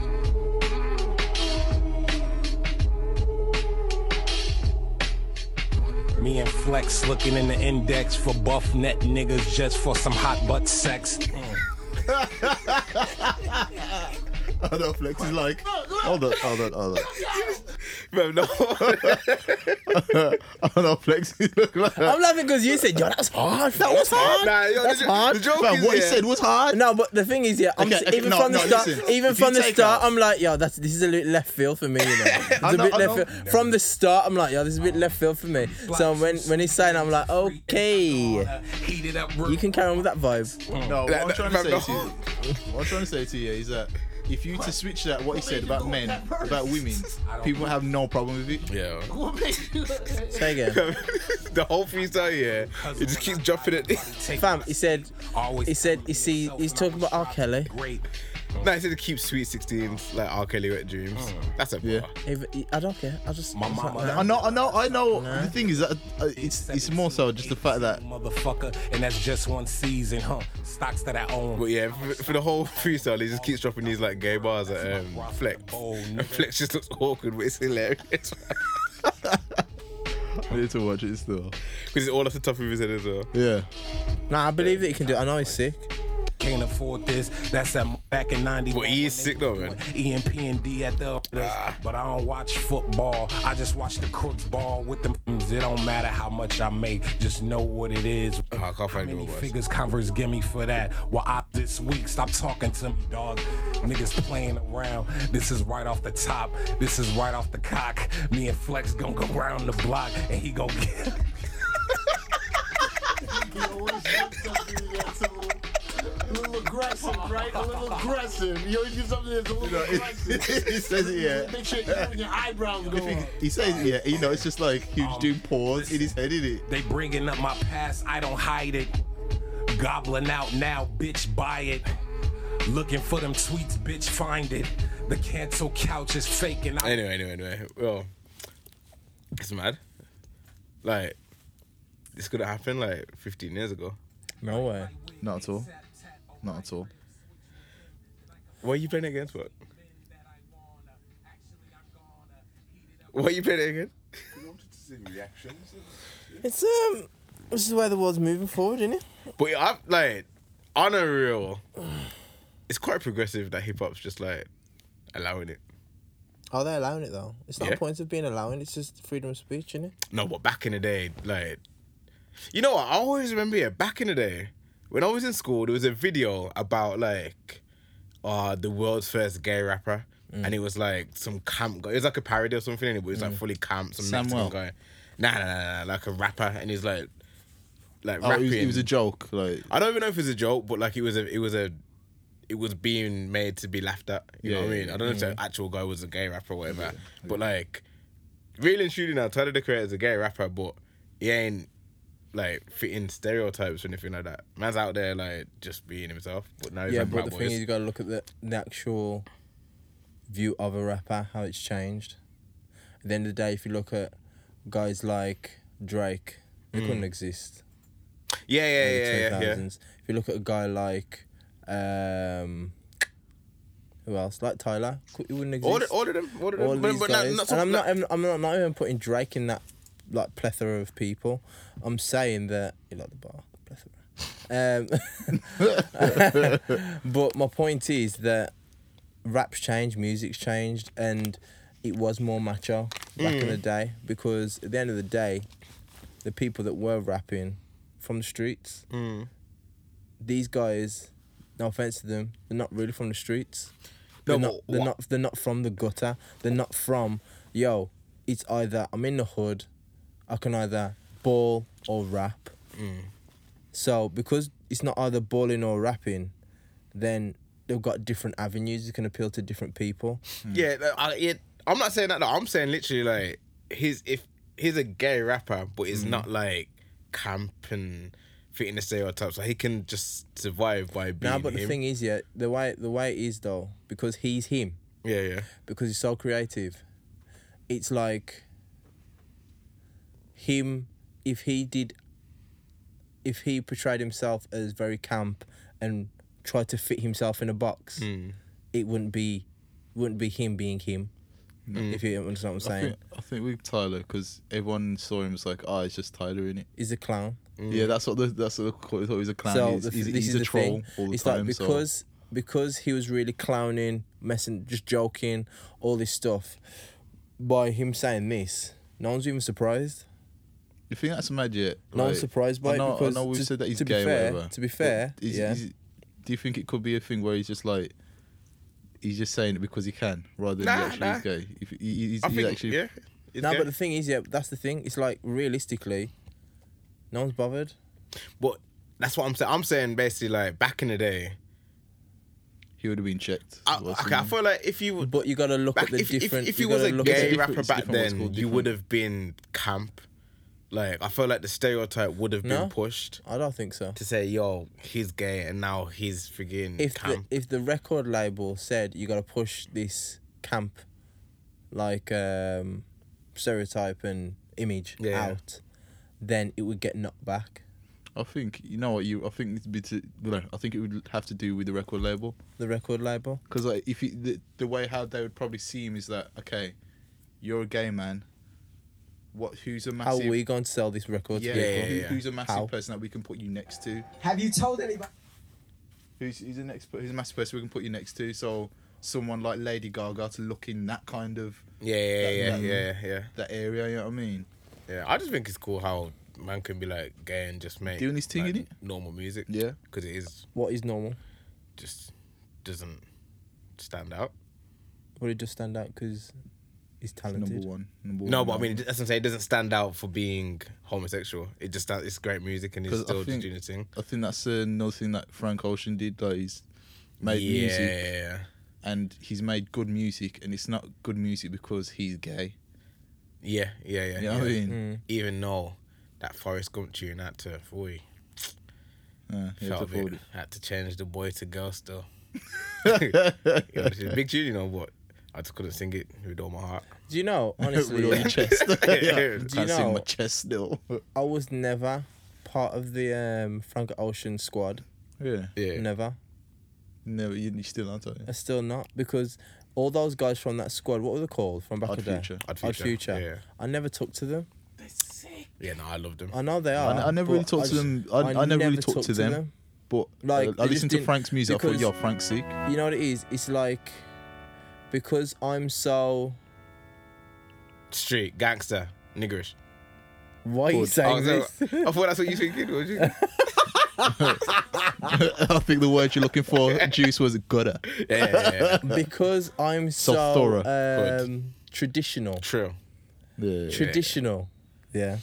Me and Flex looking in the index for buff net niggas just for some hot butt sex.
I know Flex is like, hold on, hold on, hold on.
*laughs* Bro, no.
*laughs* I know Flex is *laughs* looking like.
I'm laughing because you said, yo, that's hard. That was hard.
Nah, yo,
that's
the, jo-
hard.
the joke
Fam,
is
what he
yeah,
said was hard.
No, but the thing is, yeah, I'm
Okay,
s-
okay,
even
no,
from the
no,
start,
listen.
even
If
from
you
the
take
start,
out-
I'm like, yo, that's this is a bit left field for me, you
*laughs*
know. It's a
know,
bit
I
left
know.
field. From the start, I'm like, yo, this is a bit left field for me. So when when he's saying, I'm like, okay,
Heat it up real
you can carry on with that vibe.
No, what
Like,
I'm
that-
trying to
fam,
say
the
to you, what I'm trying to say to you is that if you to switch that what he said about men, about women, people have no problem with it.
Yeah.
Say
*laughs*
again,
*laughs* the whole freestyle, yeah. It just
*laughs*
keeps dropping it. *laughs*
take
fam. He said,
always
he said, he see, he's talking about R. Kelly.
great.
No, it says keep sweet 16s, like R. Kelly wet dreams. That's a bar.
Yeah.
If, I don't care. I just.
My
it's like,
mama-
nah.
I know, I know, I know.
Nah.
The thing is that uh, it's it's more so just the fact that
motherfucker, and that's just one season, huh? Stocks that I own.
But yeah, for, for the whole *laughs* freestyle, he just keeps dropping these like gay bars at um, Flex.
Oh,
*laughs*
nigga.
And Flex just looks awkward, but it's hilarious. *laughs* Because
I need to watch it still.
it's all off the top of his head as well. *laughs*
Yeah.
Nah, I believe that he can do. it. I know he's sick.
Can't afford this. That's that back in 90.
But he is sick though, man. Ah.
EMP and D at the. But I don't watch football. I just watch the crooks ball with them. It don't matter how much I make. Just know what it is.
Ah, I can't
how
find the
many
words.
figures Converse give me for that? Well, I this week. Stop talking to me, dog. Niggas playing around. This is right off the top. This is right off the cock. Me and Flex gonna go round the block and he gonna get.
A little aggressive, right? A little aggressive. You always do something that's a little aggressive.
*laughs* he says it, yeah.
Make sure you know when your eyebrows Um, go up.
He says it, yeah. You know, it's just like he was doing pause in his head, innit?
They bringing up my past, I don't hide it. Gobbling out now, bitch, buy it. Looking for them tweets, bitch, find it. The cancel couch is faking. I
Anyway, anyway, anyway. Well, it's mad. Like, this could have happened like 15 years ago.
No way.
Not at all. Not at all.
What are you playing it against, what? What are you playing it against?
You wanted to see reactions.
It's um. This is where the world's moving forward, isn't it?
But I'm like, on a real, it's quite progressive that hip hop's just like allowing it.
Are Oh, they allowing it though? It's not
Yeah.
a point of being allowing. It's just freedom of speech, isn't it?
No, but back in the day, like, you know what? I always remember yeah, back in the day, when I was in school, there was a video about like, uh, the world's first gay rapper,
Mm.
and it was like some camp guy. It was like a parody or something, and it was like fully camp, some
Samuel.
Mexican guy. Nah, nah, nah, nah, like a rapper, and he's like, like
Oh, it
rapping.
was, it was a joke. Like,
I don't even know if it's a joke, but like it was a, it was a, it was being made to be laughed at. You know
Yeah,
what I
yeah,
mean? I don't know if the actual guy was a gay rapper or whatever, but like, really and truly now, Tyler the Creator is a gay rapper, but he ain't like fitting stereotypes or anything like that. Man's out there like just being himself, but now he's
yeah,
like
but
black
the
boys.
thing is, you got to look at the, the actual view of a rapper, how it's changed. At the end of the day, if you look at guys like Drake, they couldn't exist
yeah, Mm. yeah,
in the
yeah, yeah, yeah,
2000s. If you look at a guy like, um, who else? Like Tyler, cou- he wouldn't exist.
All, the- all of them, all of them,
all
but,
these
but not-
guys.
not
and
some-
I'm not, I'm, I'm not, not even putting Drake in that like plethora of people. I'm saying that you like the bar, the plethora. Um, *laughs* but my point is that rap's changed, music's changed, and it was more macho back in the day because at the end of the day, the people that were rapping from the streets, these guys. No offense to them, they're not really from the streets.
No,
They're not.
but
They're
what-
not. They're not from the gutter. They're not from. Yo, it's either I'm in the hood, I can either ball or rap.
Mm.
So because it's not either balling or rapping, then they've got different avenues. You can appeal to different people.
Yeah, no, I, it, I'm not saying that. though. I'm saying literally like he's if he's a gay rapper, but
Mm-hmm.
he's not like camp and fitting the stereotypes. Like he can just survive by being
Now, but
him.
the thing is, yeah, the way the way it is though, because he's him,
yeah, yeah,
because he's so creative. It's like him if he did if he portrayed himself as very camp and tried to fit himself in a box,
Hmm.
it wouldn't be wouldn't be him being him. If you understand what I'm
Hmm. I
saying,
think, I think with Tyler, because everyone saw him as like, oh, it's just Tyler in it.
he's a clown.
Yeah, that's what the, that's what the, thought he was a
Mm.
clown.
So
he's
the,
he's,
this
he's
is
a
the
troll
thing.
all the
it's
time.
like
so-
because because he was really clowning, messing, just joking, all this stuff. By him saying this, no one's even surprised.
You think that's mad yet?
No one's surprised by
I
it
know,
because
I know we've
to-
said that he's
to be
gay
fair-
or whatever.
to be
but
fair,
is-
yeah.
is- do you think it could be a thing where he's just like, he's just saying it because he can, rather than
Nah,
he actually is gay? If he, he- he's,
I
he's
think
actually,
yeah. He's
No,
gay.
but the thing is, yeah, that's the thing. It's like realistically, no one's bothered.
but that's what I'm saying. I'm saying basically like back in the day.
he would have been checked.
I, okay,
or
I
something.
feel like if you would
But you gotta look
back
at the
if, if,
different.
if he
you
was
gotta
a
look
gay
at
different-
rapper
it's
back
different what's
then,
called
you would
different.
have been camp. Like I felt like the stereotype would have been
No?
pushed
I don't think so.
to say, "Yo, he's gay," and now he's freaking
If the,
camp.
if the record label said you gotta push this camp, like um, stereotype and image
Yeah.
out, then it would get knocked back.
I think you know what you. I think it'd be to. well, I think it would have to do with the record label
The record label.
because like if you, the the way how they would probably see him is that okay, you're a gay man. What? Who's a
How
massive?
are we going to sell this record?
yeah,
to people?
yeah,
who-
yeah.
Who's a massive
How?
person that we can put you next to?
Have you told anybody?
Who's who's the next? Who's a massive person we can put you next to? So someone like Lady Gaga to look in that kind of
yeah, yeah,
that-
yeah,
that-
yeah, yeah,
that area. You know what I mean?
yeah. I just think it's cool how man can be like gay and just make
Doing his thing,
like,
innit?
normal music.
Yeah.
because it is
What is normal?
just doesn't stand out.
Would it just stand out because he's talented?
Number one. Number
No,
one
but I
album.
mean, that's what I'm saying. It doesn't stand out for being homosexual. It just stand- it's great music and it's
'Cause I
still just
think-
doing its thing.
I think that's another thing that Frank Ocean did. Like he's made
yeah,
music and he's made good music, and it's not good music because he's gay.
yeah, yeah, yeah.
You know what I
yeah.
mean?
Even though that Forest Gump tune had to, boy,
Uh,
felt
you have to
a
afford
bit,
it.
had to change the boy to girl
*laughs*
still. *laughs* It was a big tune, you know, but I just couldn't sing it with all my heart.
Do
*laughs*
you know,
With all your
*laughs* honestly,
chest. *laughs*
Yeah.
Can't see
know-
my chest still. *laughs*
I was never part of the um, Frank Ocean squad.
yeah.
Yeah.
Never.
No, you, you still aren't. Are you?
I still not because all those guys from that squad, what were they called from back
Odd
in the day?
Future.
Odd
Odd
Future,
Future.
yeah.
I never talked to them.
Yeah, no, I loved them.
I know they
I,
are.
I never really
but
talked to
just-
them. I, I, never, really talked, to them. But
Like,
like,
they
I
just
listened to
didn't-
Frank's music. I
because-
thought, yo, Frank's sick. *laughs*
You know what it is? It's like because I'm so.
Street, gangster, niggerish. Oh,
Why are you
Oh,
I,
saying
was
this? *laughs*
like, I thought that's what you thinking, was *laughs* you?
I think the word you're
*laughs*
looking for, Juice, was gutter.
Yeah, yeah, yeah.
because I'm so
thorough.
Good.
um, traditional.
True.
Yeah.
Traditional. Yeah.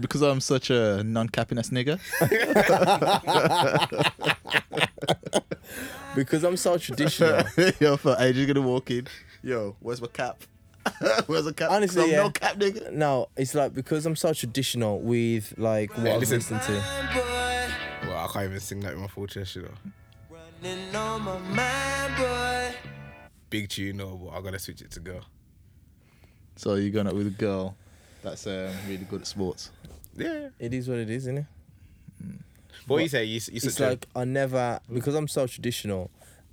Because I'm such a non-capping ass
*laughs*
nigga.
Because I'm so traditional.
*laughs* yo, for AJ's gonna walk in. Yo, where's my cap? *laughs* where's the cap? 'Cause
Honestly,
I'm
yeah.
no cap nigga.
no, it's like because I'm so traditional with like what
Hey,
I'm
listen.
listening to.
Boy,
Well, I can't even sing that in my full chest, you know.
running on my mind, boy.
Big tune, no, but I gotta switch it to girl.
So you're going out with a girl that's um, really good at sports.
Yeah.
It is what it is, isn't it?
What you say? You, you
It's
such a-
like I never because I'm so traditional,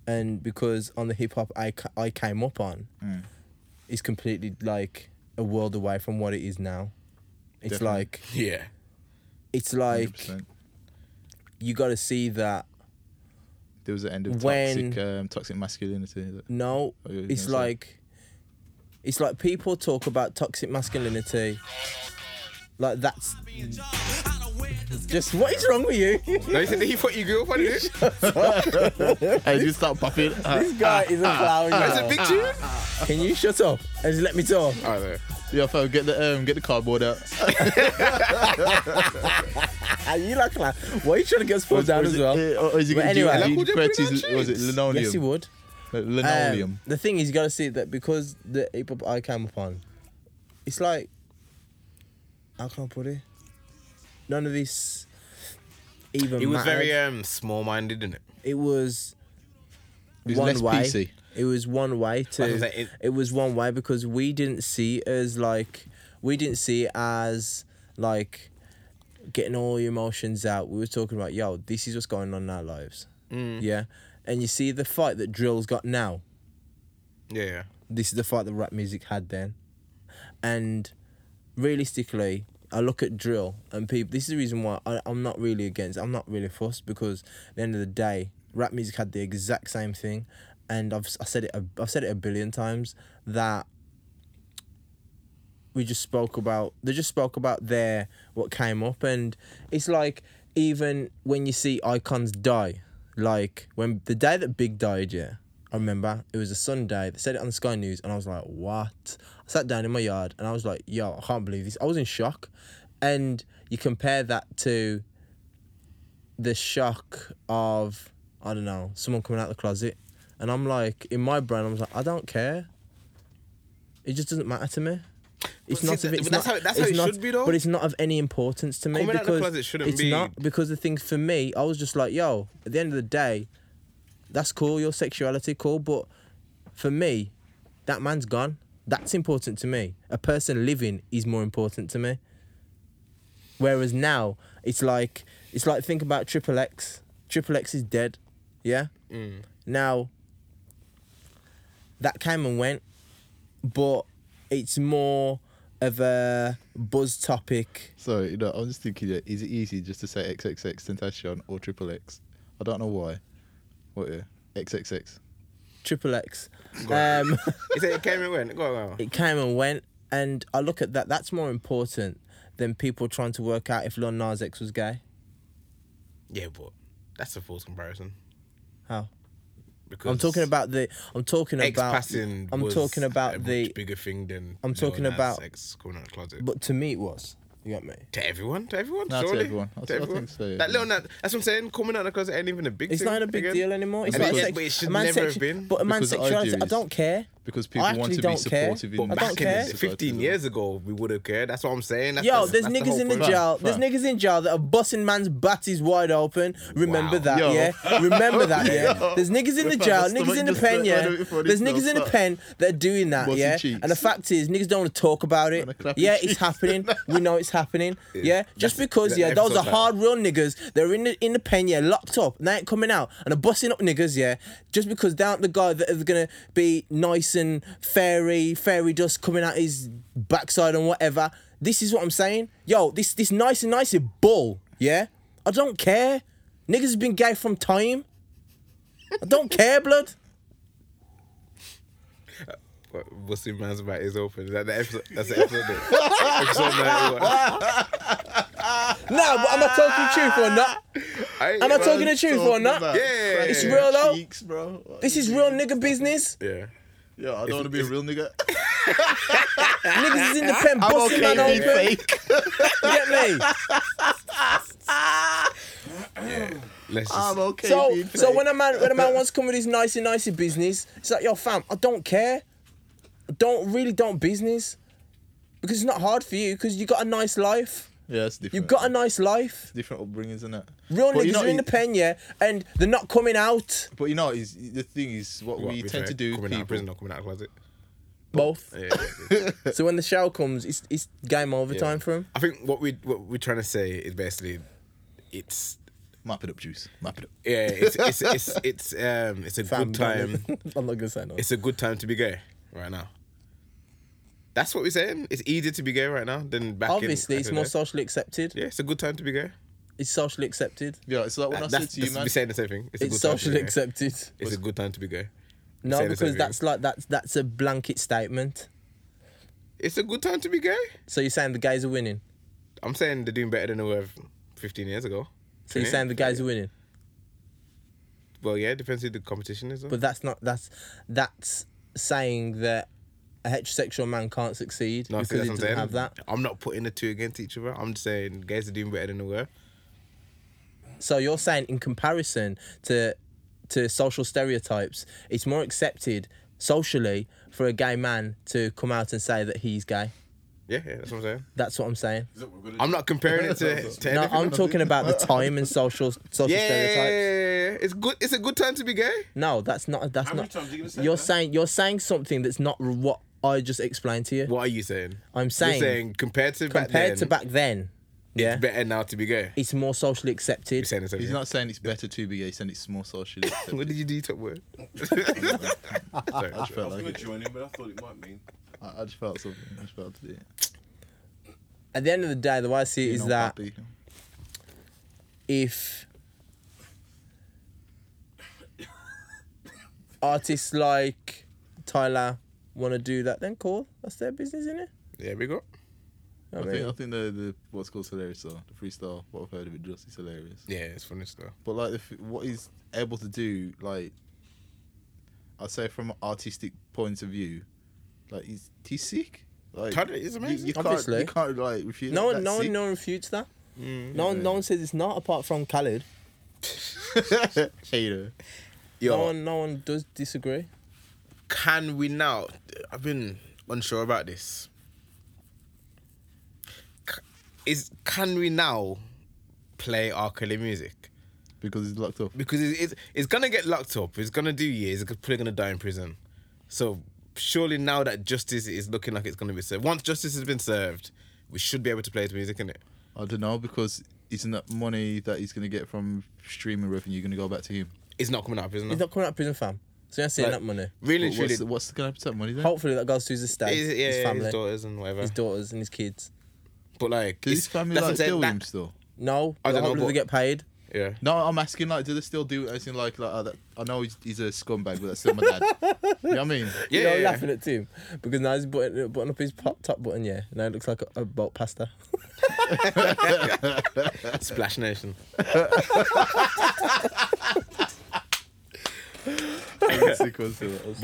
and because on the hip hop I, ca- I came up on, is completely like a world away from what it is now. It's
Definitely.
like
yeah.
it's like
100%.
you got to see that
There was an end of
When-
toxic, um, toxic
*laughs*
masculinity. is it?
no,
Oh, yeah,
it's
yeah, so-
like it's like people talk about toxic masculinity. Like that's just what is wrong with you? *laughs*
No, you said that he thought you grew up on it. *laughs*
Hey, you start popping.
*laughs* this guy is a clown.
That's a
yo.
big tune.
Can you shut up and just let me talk?
Oh, no.
yo, fam, get the um, get the cardboard out.
Are you like, like why are you trying to get us pulled down
was
as
it-
well?
eh, Or is he
But
gonna do-
anyway.
he
Like, would you
creates
put it
his-
on
was it
jeans?
linoleum?
Yes, he would.
Li-
Um,
Linoleum.
the thing is, you got to see that because the hip hop I came upon, it's like, how can I put it? None of this even.
It was
mattered.
very um small-minded, didn't it?
It was
It was
one
less
way.
PC.
It was one way to.
Like I said, it-
it, was one way because we didn't see it as like we didn't see it as like getting all your emotions out. We were talking about yo, this is what's going on in our lives. Yeah, and you see the fight that drill's got now.
Yeah, yeah.
This is the fight that rap music had then, and realistically. I look at drill and people. This is the reason why I, I'm not really against. I'm not really fussed because at the end of the day, rap music had the exact same thing, and I've s- I said it. a- I've said it a billion times that we just spoke about they just spoke about their what came up and it's like even when you see icons die like when the day that big died yeah i remember it was a sunday they said it on the sky news and i was like what i sat down in my yard and i was like yo i can't believe this i was in shock and you compare that to the shock of i don't know someone coming out the closet and i'm like in my brain i was like i don't care it just doesn't matter to me It's
see,
not. of-
that-
it's
but that's
not-
how- that's how
it's
it
not-
should be, though.
But it's not of any importance to me
Coming out
because
the closet shouldn't
it's
be-
not because the thing for me, I was just like, yo. At the end of the day, that's cool. Your sexuality, cool. But for me, that man's gone. That's important to me. A person living is more important to me. Whereas now, it's like it's like think about Triple X. Triple X is dead. Yeah.
Mm.
Now. That came and went but it's more of a buzz topic.
So you know, I was just thinking, yeah, is it easy just to say XXX Tentacion or Triple X? I don't know why. What yeah? XXX.
Triple X. Um, *laughs*
Is it, it came and went. Go on, go on.
it came and went, and I look at that. That's more important than people trying to work out if Lil Nas X was gay.
Yeah, but that's a false comparison.
How?
Because
I'm talking about the. I'm talking
X
about.
passing.
I'm
was
talking
a
about
much
the.
bigger thing than.
I'm
Lil
talking
Nas
about-
X coming out of the closet.
But to me, it was. You got me.
to everyone, to everyone,
No, to
surely.
everyone. I- I think so, yeah.
That little, Nas- that's what I'm saying. Coming out of the closet ain't even a big.
It's
thing
not a big
again.
deal anymore. It's
And
like
it-
sex-
but it should
a man's
never have
sexu-
been.
But a man's
Because I do
sexuality, I
is-
don't care.
Because people
I
want
actually
to be
don't care.
supportive in
I
But
don't
back in
care.
the 15 years ago, we would have cared. That's what I'm saying. That's
Yo,
the-
there's
that's the
niggas
whole
in the
point.
jail. There's
Fam.
niggas in jail that are busting man's butties wide open. Remember
Wow.
that,
Yo.
yeah. Remember that,
*laughs*
yeah. There's niggas in the
Fam,
jail,
my stomach
niggas in the
just
pen,
hurt
yeah.
right before
There's
this
niggas
now,
in the
fam.
pen that are doing that,
Buzzy
yeah.
cheeks.
And the fact is, niggas don't want to talk about it.
Wanna clap
Yeah,
your
it's
cheeks. *laughs*
happening. we know it's happening. Yeah, just because,
that
yeah, those are
episode's
hard, real niggas. They're in the in the pen, yeah, locked up. And they ain't coming out, and they're busting up niggas, yeah. Just because they aren't the guy that is gonna be nice and fairy, fairy dust coming out his backside and whatever. This is what I'm saying, yo. This this nice and nice is bull, yeah. I don't care. Niggas has been gay from time. I don't care, blood.
What- What's in man's mouth is open. Is that the episode? That's the episode. name?
*laughs*
episode 91.
Nah, but am I talking truth or not?
I ain't
Am I
man.
talking the truth or not?
About
Yeah.
crack
It's
your
real, though.
Cheeks, bro.
This is real nigga business.
Yeah.
Yo, I don't want to be a real *laughs* nigga.
Niggas is in the pen busting man
being
open.
fake.
You get me?
Let's just.
I'm okay.
So,
being fake.
so when a man when a man wants to come with his nicey nicey business, it's like yo fam, I don't care. I don't really don't business because it's not hard for you because you got a nice life.
yeah, it's different.
You've got a nice life.
different upbringing, isn't it?
Real
But you
niggas
know,
are in the pen, yeah, and they're not coming out.
But you know, is the thing is what,
What,
we
we
tend
say,
to do,
Coming out of
people.
prison or coming out of closet.
Both.
Yeah,
*laughs*
yeah, yeah.
*laughs* So when the shower comes, it's it's game over time for him.
I think what we what we're trying to say is basically, it's
Map it up, juice. Map it up.
yeah, it's it's it's
*laughs*
it's, um it's a
Fam,
good
don't-
time.
*laughs* I'm not gonna say no.
It's a good time to be gay right now. That's what we're saying. It's easier to be gay right now than back. in-
Obviously,
back
it's
in the
more
day.
socially accepted.
Yeah, it's a good time to be gay.
It's socially accepted.
Yeah, it's like when I
That's,
said
that's
to you, man.
we're saying the same thing. It's, a
It's
good time to be
socially
gay.
accepted.
It's a good time to be gay. Say the
No,
same
because
thing.
that's like that's that's a blanket statement.
It's a good time to be gay.
So you're saying the guys are winning.
I'm saying they're doing better than they were 15 years ago.
So you're saying the guys are winning,
Well, yeah, depends who the competition is. though.
but that's not that's that's saying that a heterosexual man can't succeed
No, I see,
because
that's
he
what I'm
doesn't
saying.
have that.
I'm not putting the two against each other. I'm just saying guys are doing better than they were.
So you're saying in comparison to to social stereotypes, it's more accepted socially for a gay man to come out and say that he's gay.
Yeah, yeah, that's what I'm saying.
That's what I'm saying.
I'm not comparing it to, to
*laughs* No,
anything.
I'm talking about the time and social social
yeah,
stereotypes.
it's good. It's a good time to be gay.
No, that's not that's
How many
not.
times are you gonna say
you're
that?
saying you're saying something that's not what I just explained to you.
What are you saying?
I'm saying-
You're saying compared to back
compared
then,
to back then, yeah,
it's better now to be gay.
it's more socially accepted.
You're saying the same
He's
thing.
not saying it's better to be gay. He's saying it's more socially. accepted.
*laughs* What did you do, top *laughs* word? Sorry.
I just
I
felt like
was gonna
it.
join in, but I thought it might mean.
I I just felt something. I just felt it.
At the end of the day, the way I see it is that if artists like Tyler want to do that, then cool, that's their business, isn't it?
There we go.
I think, I think the, the what's called hilarious though the freestyle what I've heard of it just is hilarious
Yeah, it's funny stuff.
but like the, f- what he's able to do like I'd say from an artistic point of view like he's he's sick like
Tyler is
you-
amazing.
you,
Obviously.
can't you can't like refuse
No one,
that's
no one,
sick.
no one refutes that.
Mm.
no one, no one says it's not, apart from Khaled.
*laughs* hater
Yo,
No one, no one does disagree.
can we now? I've been unsure about this. is can we now play R. Kelly music?
because he's locked up.
Because it's, it's, it's gonna get locked up. It's gonna do years. It's probably gonna die in prison. So surely now that justice is looking like it's gonna be served. Once justice has been served, we should be able to play his music in it.
I don't know because isn't that money that he's gonna get from streaming revenue gonna go back to him?
It's not coming out of prison.
He's
though.
not coming out of prison, fam. So you're not seeing that money.
Really,
But
and truly.
what's, what's gonna happen to that money then?
Hopefully that goes to his estate,
His, yeah,
his
yeah,
family,
his daughters and whatever.
his daughters and his kids.
but like,
Does his
it's-
family
that's what
like
I'm saying,
deal with
that-
him still?
No,
I don't know,
hopefully they
but-
get paid.
Yeah.
No, I'm asking like, do they still do anything like like uh, that? I know he's, he's a scumbag, but that's still
*laughs*
my dad. you know what I mean?
Yeah,
you know,
yeah, yeah.
laughing at Tim because now he's button, button up his pop, top button, yeah. Now it looks like a, a bolt pasta.
Splash Nation. But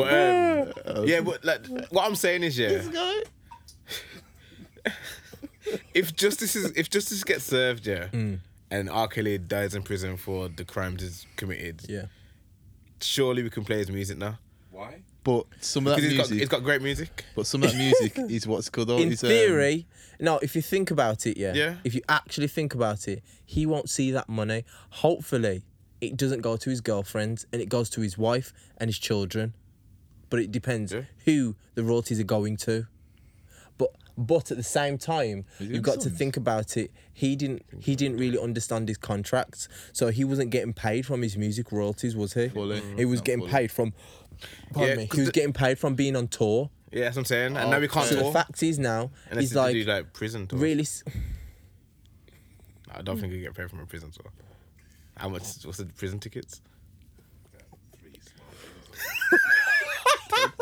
um, yeah, but like, what I'm saying is, yeah.
*laughs*
if justice is if justice gets served, yeah, and R. Kelly dies in prison for the crimes he's committed,
Yeah.
surely we can play his music now.
Why?
but some of that
Because he's got,
music,
he's got great music.
but some of that
*laughs*
music is what's good. though.
In
is, um, *laughs*
theory, no, if you think about it, yeah,
Yeah.
If you actually think about it, he won't see that money. Hopefully, it doesn't go to his girlfriend and it goes to his wife and his children. But it depends
Yeah.
who the royalties are going to. But but at the same time, you've got to
sons?
think about it. He didn't he didn't really understand his contracts, so he wasn't getting paid from his music royalties, was he?
Fully.
He was
Not
getting
fully.
paid from. Pardon
Yeah,
me.
'cause
He was
the-
getting paid from being on tour.
Yeah, that's what I'm saying. And now we can't
Oh, So the
tour.
fact is now,
Unless
he's
they
like,
do like prison tour.
really. s-
I don't think you get paid from a prison tour. How much? What's the prison tickets?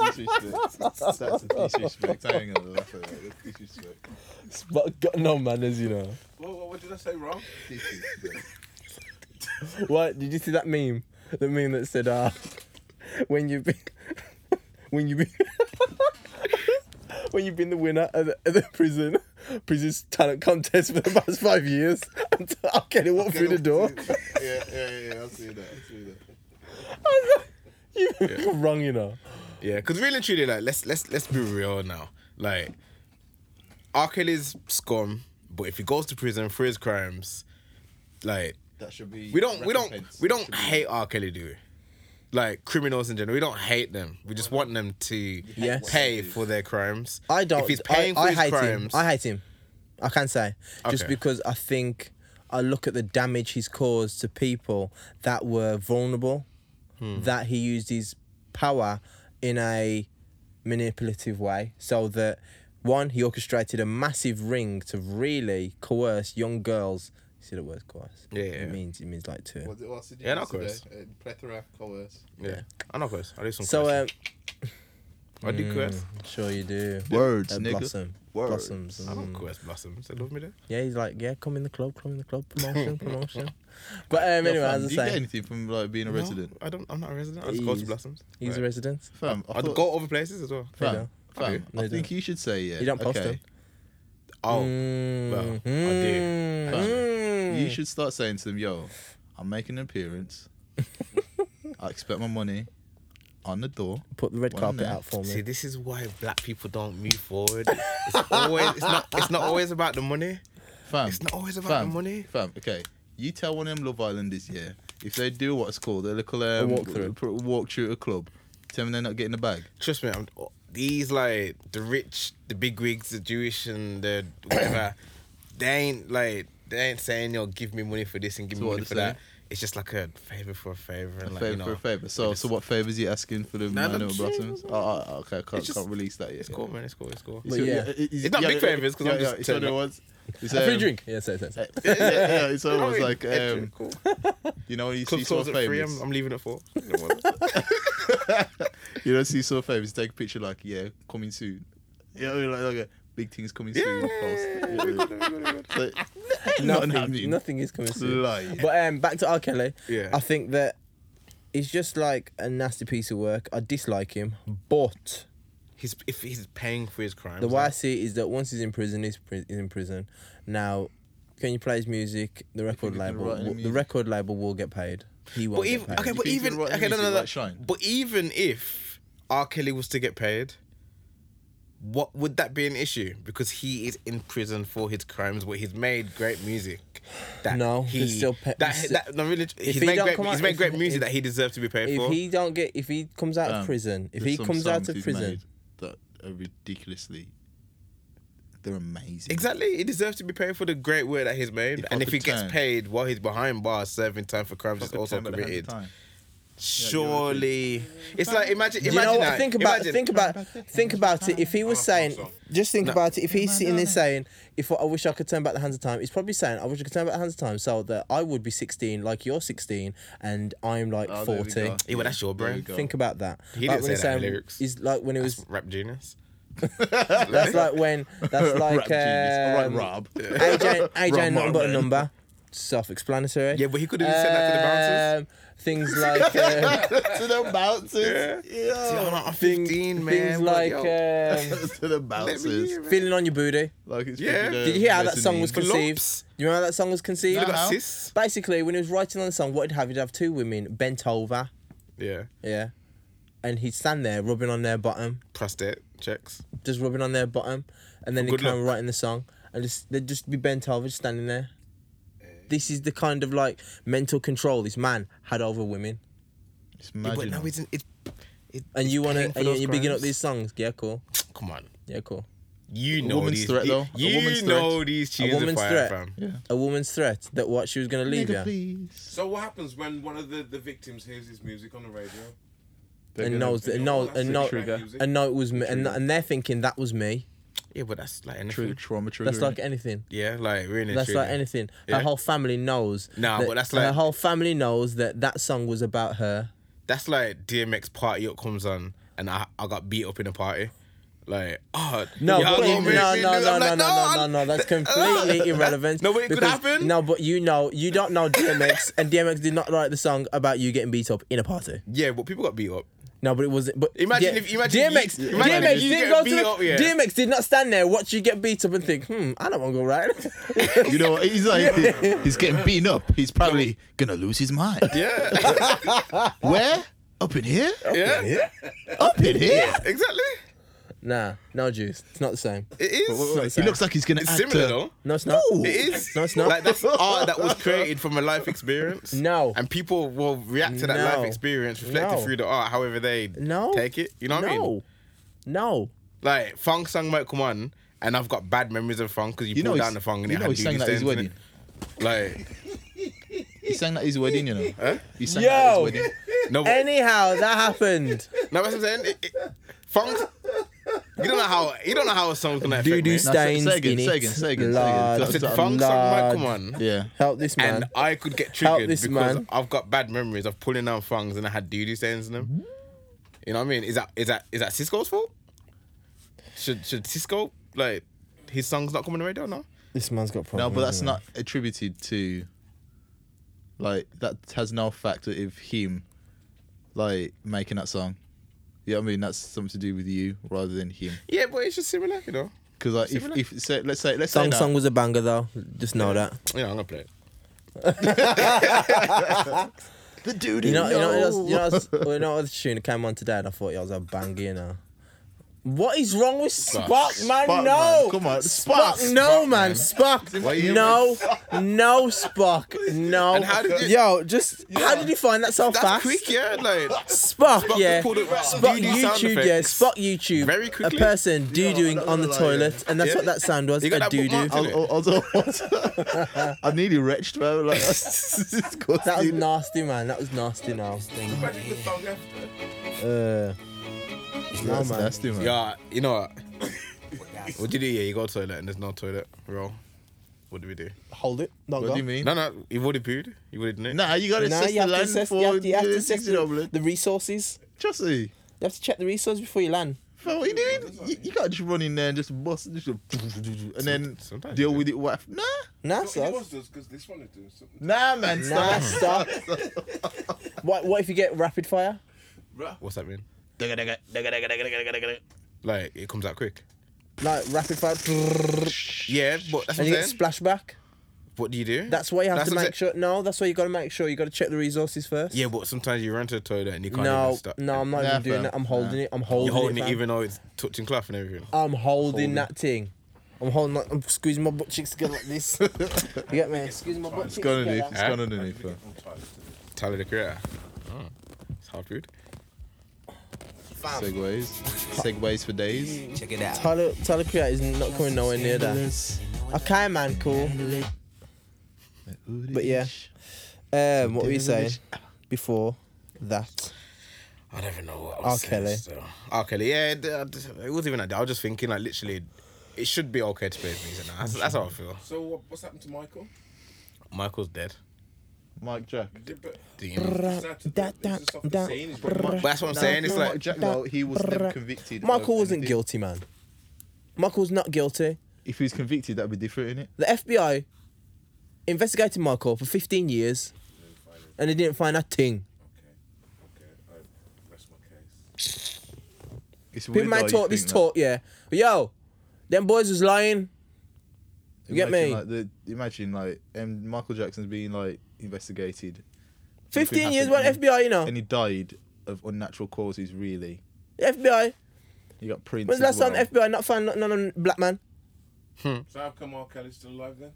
Disrespect. That's a disrespect. I ain't gonna laugh at that.
*laughs*
That's disrespect.
But got no manners, you know.
What, what, what did I say wrong?
Disrespect.
What did you see that meme? The meme that said, "Ah, *laughs* when you be, *laughs* when you be, *laughs* when you've been the winner of the, of the prison *laughs* prison's talent contest for the past five years, *laughs* until I'll get it walk through the door." *laughs*
Yeah, yeah, yeah. I'll see that. I'll see that.
you are wrong, you know.
Yeah, because really and truly, like let's let's let's be real now. Like R. Kelly's scum, but if he goes to prison for his crimes, like
That should be.
we don't we don't
recompense.
we don't
Should be-
hate R. Kelly, do we? Like criminals in general, we don't hate them. We just want them to
Yes.
pay for their crimes.
I don't.
If he's paying
I,
for
I
his
hate
crimes,
him. I hate him. I can say just
Okay.
because I think I look at the damage he's caused to people that were vulnerable,
Hmm.
that he used his power in a manipulative way, so that one he orchestrated a massive ring to really coerce young girls. You see the word coerce?
Yeah, yeah.
It means it means like two.
What, what's the
Yeah, no, coerce.
Uh, plethora, coerce.
yeah, I know curse. I do some.
*laughs* so um,
cursing. I do curse.
sure you do.
Words,
Uh,
nigga.
blossom.
Words.
Blossoms.
I don't
mm.
curse blossoms. They love me there.
Yeah, he's like, yeah, come in the club, come in
*laughs*
the club, promotion, promotion. But um, anyway, as I
do you get
say,
anything from like being a
No,
resident?
I don't. I'm not a resident. I just go to
He's-
blossoms.
he's a
Right.
resident.
Fam, I
I'd
thought-
go other places as well.
Fam,
don't.
fam,
Okay.
I
They
think
don't.
you should say yeah.
You don't post
okay.
them.
Oh,
Mm,
well, I do.
Fam,
mm.
You should start saying to them, "Yo, I'm making an
*laughs*
appearance. I expect my money on the door."
put the red
One
carpet
there.
out for
See,
me.
this is why black people don't move forward. It's always it's not it's not always about the money.
Fam,
It's not always about
fam,
the money.
Fam, okay. You tell one of them Love Island this year if they do what's called a little um,
walkthrough.
pr- walk through a club. Tell them they're not getting the bag.
Trust me, I'm, these like the rich, the big wigs, the Jewish and the whatever, they ain't like they ain't saying yo give me money for this and give
So
me
what
money
they
for that.
say?
It's just like a favor for a favor and
A
like
favor
you know.
for a favor. So, so what favors you asking for the
No,
man
no,
or
sure.
blossoms? Oh, oh, okay, I can't,
It's just-
can't release that yet.
It's cool, man. It's cool. It's cool.
But yeah.
It's not big favors, 'cause I'm just
It's
turning
one of
up.
ones- it's,
A free
um,
drink. Yeah, say, say, say.
yeah, yeah, yeah, it's almost
Alright,
like
yeah,
um,
cool.
you know when you
Club
see
closes
someone
at three. I'm,
famous,
I'm leaving at four. *laughs*
*laughs* you don't see someone famous take a picture like yeah coming soon, you know like, like a big thing's coming soon. post.
*laughs*
*laughs* Like, not happening.
Nothing, nothing is coming soon.
Lie.
But um, back to R. Kelly.
Yeah.
I think that it's just like a nasty piece of work. I dislike him, but
He's if he's paying for his crimes.
the way I
like,
see it is that once he's in prison, he's, pri- he's in prison. Now, can you play his music? The record
you can
label,
write any
will- the
music.
record label will get paid. He won't.
But even
get paid.
okay, but
think he's
even
gonna write
okay, no,
music
no, no.
like Shine?
But even if R. Kelly was to get paid, What would that be an issue? Because he is in prison for his crimes, but he's made great music. That
No,
he
he's still pe-
that,
he's
that no, really, he's
he
made
don't
great,
come out-
he's made
if-
great music
if-
that he deserves to be paid
If
for.
he don't get, if he comes out of
Um,
prison, if he
there's some
comes out
songs
of
he's
prison,
made that are ridiculously, they're amazing.
Exactly, he deserves to be paid for the great work that he's made,
If I
and if
could
he gets
turn-
paid while he's behind bars serving time for crimes he's
Fucking
also
time at the hand of
committed,
time.
surely it's like imagine,
you
imagine
know what?
that.
Think about,
Imagine-
think about, think about it. If he was saying, just think about it. If he's sitting there saying, "If I wish I could turn back the hands of time," he's probably saying, "I wish I could turn back the hands of time," so that I would be 16, like you're 16, and I'm like
Oh, there we
40.
go.
Yeah, well, that's your
There
brain.
we go.
Think about that.
He
like
didn't
when
say
he's
that in
saying-
lyrics.
He's like when it was.
rap genius.
That's
*laughs*
like when. That's like.
Rap
um,
genius. All right, Rob.
*laughs*
AJ, AJ not
Rob
but a
Morgan.
number. Self-explanatory.
Yeah, but he could have said that to the bouncers.
Um,
*laughs*
Things like uh,
*laughs* to the bouncers.
See,
Yeah.
I'm like, I'm
Oh, thing-
15, man.
things
but
like
yo,
um,
*laughs* to the
let me hear,
bouncers.
man.
feeling on your booty.
Like it's
Yeah.
freaking, uh,
Did
Did you hear how that song was
mezzanine.
conceived?
Flops.
You remember how that song was conceived?
Look at
Uh-huh.
sis.
Basically, when he was writing on the song, what he'd have, he'd have two women bent over,
Yeah.
yeah, and he'd stand there rubbing on their bottom,
Prostate checks.
just rubbing on their bottom, and then
Good
he'd come
luck.
writing the song, and just they'd just be bent over, just standing there. This is the kind of like mental control this man had over women,
Just
Yeah, but
imagine
no,
that.
it's, it, it,
and
it's
you wanna
paying
and
for
you-
those
you're bigging up
crimes.
these songs. Yeah, cool.
Come on.
Yeah, cool.
You know
woman's
these.
threat,
you-
though. A
You
woman's
know
threat.
these
A
cheese
woman's
fire,
threat.
fam.
Yeah.
A woman's threat that what she was gonna leave
Nigga,
you
please.
So what happens when one of the, the victims hears his music on the radio?
They're
and
gonna-
knows that and knows
That's
and
the
know
trigger.
and know it was me, and and they're thinking that was me.
Yeah, but that's like
Trigger,
anything.
trauma trigger.
That's like anything.
Yeah, like really.
That's like
intriguing.
anything.
Yeah.
Her whole family knows.
Nah,
that,
but that's
her
like-
whole family knows that that song was about her.
That's like DMX party up comes on, and I I got beat up in a party. Like oh
No,
y'all
but
gonna
it-
make me
no, no,
do-
no,
I'm
no,
like,
no, no, no,
I'm-
no.
*laughs*
That's completely irrelevant.
No, but it could
because-
happen.
No, but you know, you don't
*laughs*
know DMX, and DMX did not write the song about you getting beat up in a party.
Yeah, but people got beat
*laughs*
up.
No, but it wasn't. But
Imagine
yeah,
if- imagine if
DMX,
you-
DMX,
imagine if you get
didn't go to
beat
the,
up, yeah.
DMX did not stand there, watch you get beat up, and think, hmm, I don't want to go right.
You know, he's like,
*laughs*
he's getting beaten up. He's probably gonna lose
*laughs*
his mind.
Yeah,
Where? Up in here?
*laughs* *laughs* yeah,
Up in here?
exactly.
nah, no juice. It's not the same.
It is.
He looks like he's gonna
It's
act uh,
similar
a-
though.
uh, No, it's not.
It is.
No, it's not.
Like
*laughs*
that's art that was created from a life experience.
No.
And people will react to that
No.
life experience reflected
No.
through the art, however they
No.
take it. You know what I mean?
No. No.
Like Funk sang might come on, and I've got bad memories of Funk because you,
You know
pulled
he's-
down the Funk and
you
it
know
had
he sang
Dee Dee
that at his
Stones in it. Like
He sang that at his wedding, you know. He sang
Yo.
that at his wedding.
*laughs*
no,
*laughs* Eh?
but-
Anyhow, that happened.
no, that's what I'm saying. It, it, funk. You don't know how you don't know how a song's gonna affect
Doo
me.
doo stains
say again,
in
say
it.
again, say again, say
Lord,
again.
I said
Stop.
Funk song might
Lord.
come on.
Yeah.
Help this man.
And I could get
Help
triggered
this
because
man.
I've got bad memories of pulling down thongs and I had doo doo stains in them. You know what I mean? Is that is that is that Cisco's fault? Should should Cisco like his song's not coming on the radio? No.
this man's got
No,
problems.
but that's
man.
not attributed to. Like that has no factor of him, like making that song. Yeah, you know what I mean that's something to do with you rather than him.
Yeah, but it's just similar, you know.
Because like if,
Similar.
if say, let's say let's
Song
say now-
song was a banger though. Just know that.
Yeah, I'm gonna play it.
the dude
You know, you know, you know,
*laughs*
you know, what's- you know what the tune that came on today, and I thought, yeah, it was a banger. You know. What is wrong with Spock, man?
Spock,
no,
man. Come on.
Spock,
Spock,
no, man, Spock,
Why you-
no, no, Spock, no.
And how did you-
Yo, just how did you find that so
That's
fast?
quick, yeah. Like
Spock,
Spock
yeah.
just pulled it out.
Spock
Doo-doo sound
YouTube, yeah.
effects.
Spock YouTube.
Very quickly.
A person doo dooing
I'm not
on the
gonna lie,
toilet, and that's
Yeah.
what that sound was.
You got
A
that
doo doo.
bookmarked,
Al- al- also, *laughs* I nearly retched, bro. Like, *laughs* it's
That was
disgusting.
nasty, man. That was nasty now.
Imagine the song after.
Uh, no,
That's
man.
nasty, man.
yeah, you know what? what do you do? Yeah, you go to the toilet and there's no toilet roll. What do we do?
Hold it. Don't
What
go.
do you mean?
No, no, you've already pooed. You've already done it.
Nah, you gotta
Nah,
assess
you
the
have to
land
assess,
for
you have to, you have to assess the,
the,
the resources.
Trust me.
You have to check the resources before you land.
Bro, what you doing? You, you can't just run in there and just bust and, just, and then
Sometimes
deal
you do.
with it. What? Nah,
Nah,
No, it
stop.
was does because this one is doing something.
nah, man.
Nah,
Stop.
stop. what, what if you get rapid fire?
What's that mean? Like it comes out quick.
Like rapid fire, and
Yeah, but that's what I'm
you get
saying.
splashback.
What do you do?
That's why you have
That's
to
what I'm
make
saying.
sure. No, that's why you got to make sure you got to check the resources first.
Yeah, but sometimes you run to the toilet and you can't even
No,
stop.
no, I'm not
Nah,
even doing
fam.
that. I'm holding
Nah.
it. I'm holding,
You're holding it
fam.
even though it's touching cloth and everything.
I'm holding, that thing. I'm holding. Like, I'm squeezing my butt cheeks together like this. you get me? Squeezing my butt cheeks
It's gone underneath.
together.
It's gone underneath. fam.
Tyler the Creator. Oh, it's hard food.
Segways. Segways for days.
Check it out.
Tyler, Tyler Creator is not coming nowhere near that. Okay, man, cool. But yeah, um, what were you saying before that?
I don't even know what I
R.
was saying
Kelly.
still. R. Kelly, yeah, it, uh, it wasn't even like that. I was just thinking, like, literally, it should be okay to play his music now. That's, that's how I feel.
So what, what's happened to Michael?
Michael's dead.
Mike Jack.
Did, but
Do you know?
it's not to-
that-
it's just off the
that-
scene, it's what
But
Mike-
that's what I'm saying. It's
Mike
like,
Jack, though, he was never convicted. of
Michael wasn't
anything.
guilty, man. Michael was not guilty.
If he was convicted, that'd be different, innit?
The FBI investigated Michael for 15 years, and they didn't find a thing.
Okay, I rest my case.
It's
People
weird
might
how you
talk this
think that.
talk, yeah. But yo, them boys was lying. You get
Imagine,
me?
Like, the, imagine like um, Michael Jackson's being like investigated. Nothing
15 years,
happened,
well,
and he-
FBI, you know.
And he died of unnatural causes. Really,
FBI.
you got Prince.
When's the
as
last time
well,
FBI not found none on black man?
So how come R. Kelly's still alive then?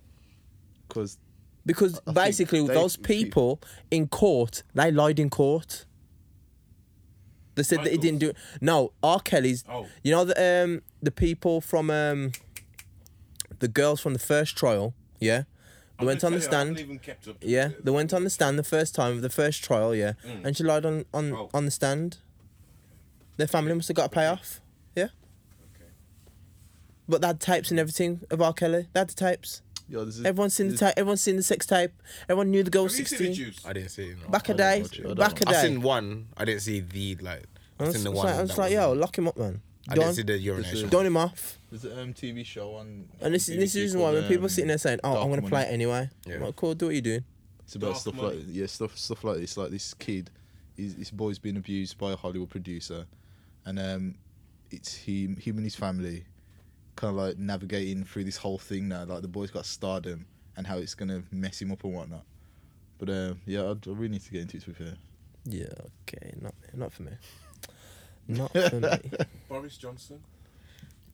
'cause
Because
I think
basically,
they-
those people in court, they lied in court. They said that he didn't do No, R. Kelly's.
Oh.
You know the um the people from um the girls from the first trial, yeah. They
I'm
went on
gonna
the
tell you, I haven't
stand.
even kept up to
Yeah,
it.
they went on the stand the first time of the first trial, yeah, and she lied on on
Mm. Oh.
on the stand. Their family must have got a payoff, yeah. But they had tapes and everything of R. Kelly. They had the tapes.
yo, this is,
Everyone's seen the
this-
tape. Everyone's seen the sex tape. Everyone knew the girl
Have
was
you seen the
sixteen.
juice?
I didn't see it. No.
Back a day,
watch it. I don't
back a
I've
day.
seen one. I didn't see the, like,
I
I've
was,
seen the
I was
one.
like, I
that
was like,
was-
yo, lock him up, man.
I
Don,
didn't see the urination.
don him off.
There's an um, TV show on.
And this,
on
is this is the
BBC
reason why when
called,
people
um,
sitting there saying, "Oh,
Dark
I'm gonna play
Money.
it anyway," I'm
Yeah.
like, "Cool, do what you're doing."
It's about
Dark
stuff
Money.
like yeah, stuff stuff like this. Like this kid, he's, this boy's been abused by a Hollywood producer, and um, it's him him and his family, kind of like navigating through this whole thing now. Like the boy's got stardom and how it's gonna mess him up and whatnot. But um, yeah, I, I really need to get into it with her.
Yeah, okay, not
*laughs*
not for me. Not for me.
Boris Johnson.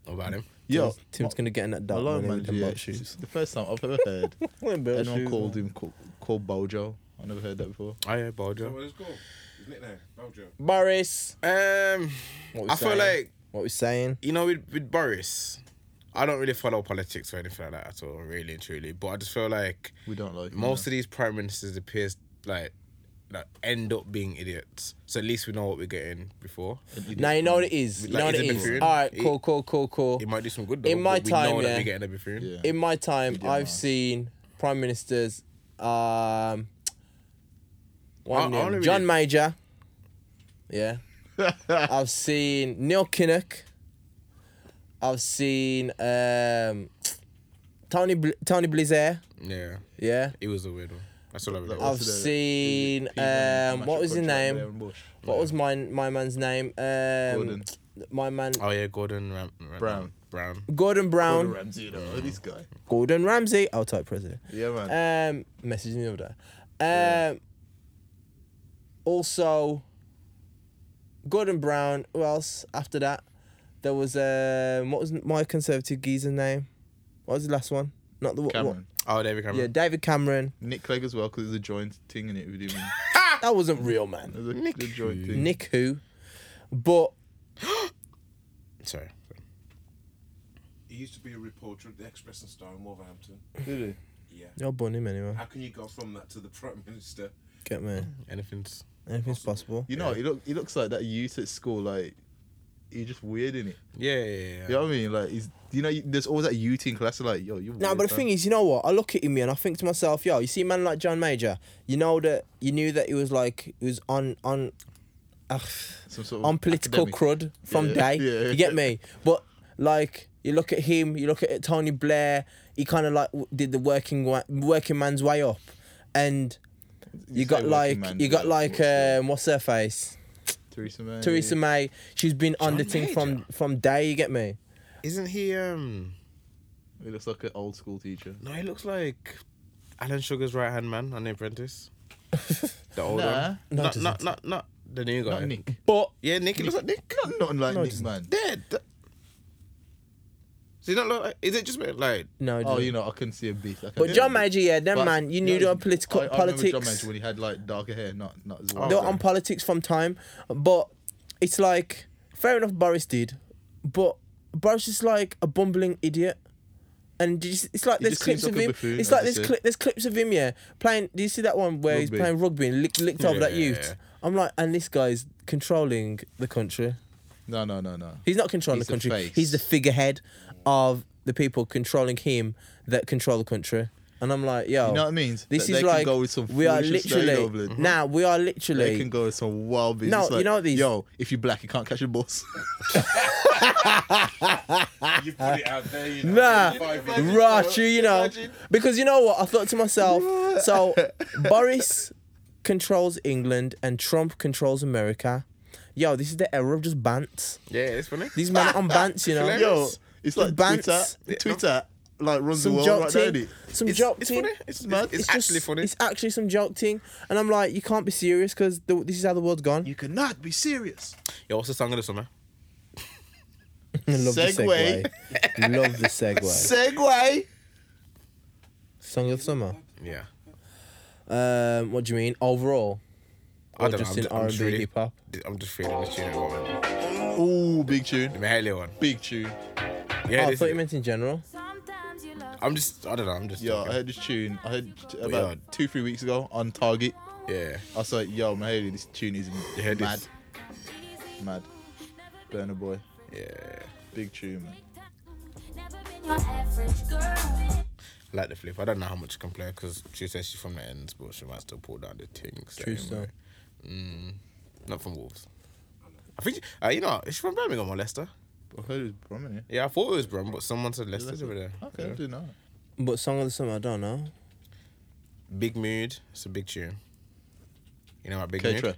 What about him?
Yeah,
Tim's, Tim's gonna get in that dark
alarm
man with
manager.
them
Yeah,
butt
it's
shoes.
the first time I've ever
*laughs*
heard anyone called him called, called Bojo. I never heard that before.
Oh, yeah,
Is that
Bulger.
what it's called? His nickname, Belgium.
Boris.
Um,
What we
I feel
saying?
like
What we saying?
you know, with, with Boris, I don't really follow politics or anything like that at all, really and truly. But I just feel like
We don't like him,
most
no.
of these prime ministers appear like like end up being idiots. So at least we know what we're getting before.
Now you know what it is. You
Like,
know what
he's
it
a
is.
buffoon.
All right,
He-
cool, cool, cool, cool.
It might do some good though.
In my
but we
time,
know
yeah.
that we're getting a bit through.
Yeah.
In my time,
did
I've
well.
seen prime ministers. Um, one
I- I
name,
only
John
really-
Major.
*laughs*
Yeah, I've seen Neil Kinnock. I've seen um, Tony Bl- Tony Blazer.
yeah,
Yeah,
it was a weird one. That's all I
Like,
remember.
I've
also the-
seen,
P Ryan,
um,
Matchup
what was his
contract,
name?
Aaron Bush.
What was my my man's name? Um,
Gordon.
My man,
Oh yeah, Gordon Ram- Ram-
Brown.
Brown.
Gordon Brown.
Gordon Ramsay, you know, *laughs* this guy.
Gordon Ramsay. I'll type president.
Yeah, man.
Um, messaging the other day. Um, also, Gordon Brown. Who else? After that, there was um, what was my conservative geezer name? What was the last one? Not the what?
Cameron.
Oh, David Cameron.
Yeah, David Cameron.
Nick Clegg as well, because it's a joint thing in it with him.
That wasn't real, man.
There's a, Nick. A joint thing.
Nick who? But
Sorry.
He used to be a reporter at the Express and Star in Wolverhampton.
Did
Yeah.
you'll bun him anyway.
How can you go from that to the Prime Minister?
Get me.
Oh.
Anything's.
Anything's possible.
he? You know, he look he looks like that youth at school, like he's just weird in it.
Yeah, yeah, yeah.
You know what I mean? Like he's you know, you- there's always that youth in class like, yo, you
No, but the thing is, you know what? I look at him and I think to myself, yo, you see a man like John Major, you know that you knew that he was like he was on on ugh,
Some sort of
on political
academic.
crud from
Yeah,
day.
*laughs* yeah.
You get me? But like you look at him, you look at Tony Blair, he kind of like w- did the working wa- working man's way up, and you,
say
got
working
like
man's
you got
way up,
like
what's that?
um, what's her face?
Theresa May.
Theresa May. She's been on the thing from from day. You get me?
Isn't he um?
He looks like an old school teacher.
No, he looks like Alan Sugar's right hand man on The
*laughs*
Apprentice? The old
Nah.
one.
No,
Not,
it doesn't.
not, not, not the new guy.
Not Nick.
But yeah, Nick. It looks like Nick.
Not, not like
No, it
Nick,
doesn't.
man.
Dead. Does he not look like? Is it just like?
No, it
Oh,
doesn't.
you know, I couldn't see a beat. I
But
couldn't-
John Major, yeah, them
But-
man, you knew they
No,
were political
I, I remember John
politics.
Major when he had like darker hair, not not as well.
they were on politics from time, but it's like fair enough. Boris did, but Boris is like a bumbling idiot. And did you see, it's like there's
just seems
clips of
like a
him.
buffoon,
It's
as
like
you
there's
said.
cli- there's clips of him, yeah, playing. Do you see that one where he's
Rugby.
playing rugby and licked, licked over that
Yeah.
youth? I'm like, and this guy's controlling the country.
No, no, no, no.
He's not controlling
He's
the
the
country.
face.
He's the figurehead of the people controlling him that control the country. And I'm like, yo,
You know what I mean?
This
That
is
they can
like
go with some
we are
foolishness like
literally
Dublin.
now we are
They
literally
can go with some wild beats.
No,
It's
you
like,
know what these-
Yo, if you're black, you can't catch
*laughs*
a bus.
You put it out there, you
Nah,
know. Five minutes.
rush you, you know, because you know what? I thought to myself,
*laughs*
so Boris controls England and Trump controls America. Yo, this is the era of just bants.
Yeah, it's funny.
These men are on bants, you know.
Yo, it's like
Bants.
Twitter. Twitter like runs
some eh?
the world
joke
right now,
team,
innit?
some
It's,
joke
it's
team.
funny. It's, it's,
mad.
it's
It's
actually
just-
funny.
It's actually some joke thing, and I'm like, you can't be serious because this is how the world's gone.
You cannot be serious.
Yo, what's the song of the summer?
Love
Segway.
the segue. Love the segue.
*laughs* Segway.
*laughs* Song of summer.
Yeah.
Um, what do you mean overall?
I
Or
don't
just
know.
in
I'm,
R and
just
B
really-
hip hop?
I'm just feeling this tune at the moment.
Ooh, big tune.
The Mahalia one.
Big tune.
Yeah,
oh, I
this
thought
is-
you meant in general.
I'm just. I don't know. I'm just.
Yo, I
talking.
heard this tune. I heard t- about
yeah.
two, three weeks ago on Target.
Yeah.
I was like, yo, Mahaley, this tune is
heard
mad.
this?
Mad. Burner Boy.
Yeah.
Big tune, man.
I like the flip. I don't know how much she can play because she says she's from the ends, but she might still pull down the things.
True story.
Mm, not from Wolves. I think she, uh, you know she's from Birmingham or Leicester.
I heard it was Brum in it.
Yeah, I thought it was Brum, but someone said Leicester's over there.
Okay, I
Yeah.
didn't know.
But song of the summer, I don't know.
Big mood. It's a big tune. You know what big
K
mood?
Trap.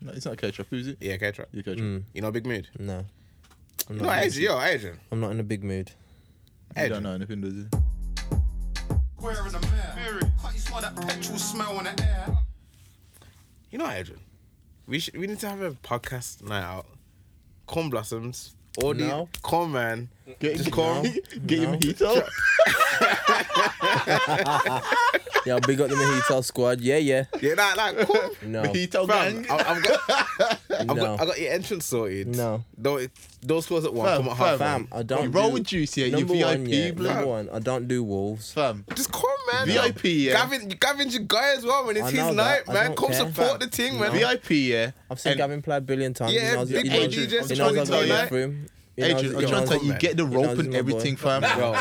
No, it's not K Trap. Who's it?
Yeah, K Trap.
Yeah, K Trap.
You know big mood.
No, I'm
No,
not. in-
Adrian. Yo, Adrian.
I'm not in a big mood.
I
Adrian.
don't know anything, does it?
Wearing a man. How you smell that petrol smell in the air?
You know, Adrian, we should we need to have a podcast night out. Corn blossoms, all
No.
the corn man,
Get,
just
get,
corn.
*laughs* get your mojito.
Yeah, big up the Mojito squad. Yeah, yeah.
Yeah, like like corn.
*laughs*
*laughs*
No,
Mojito
Fam,
gang.
I- I've got, I've
*laughs* No.
got, I got your entrance sorted.
No.
Though it, those scores at one
Fam,
come at half.
fam, I don't.
You roll
do-
with Juice, yeah, you
Number one,
VIP,
yeah.
blood.
Number one, I don't do wolves.
Fam.
Just come, man.
VIP, yeah.
Gavin, Gavin's your guy as well, man. It's
I
his
know
night,
that. I
man.
don't
Come
care.
support the team, man.
VIP, yeah.
I've seen
And
Gavin play a billion times.
Yeah,
he knows,
big
he knows,
AJ just
he knows
trying
I've
to
got
tell
enough
you.
room. He knows-
Adrian, I'm
he
trying to
knows-
tell you, you get the
he
rope
knows
and
my boy.
everything, fam.
Bro,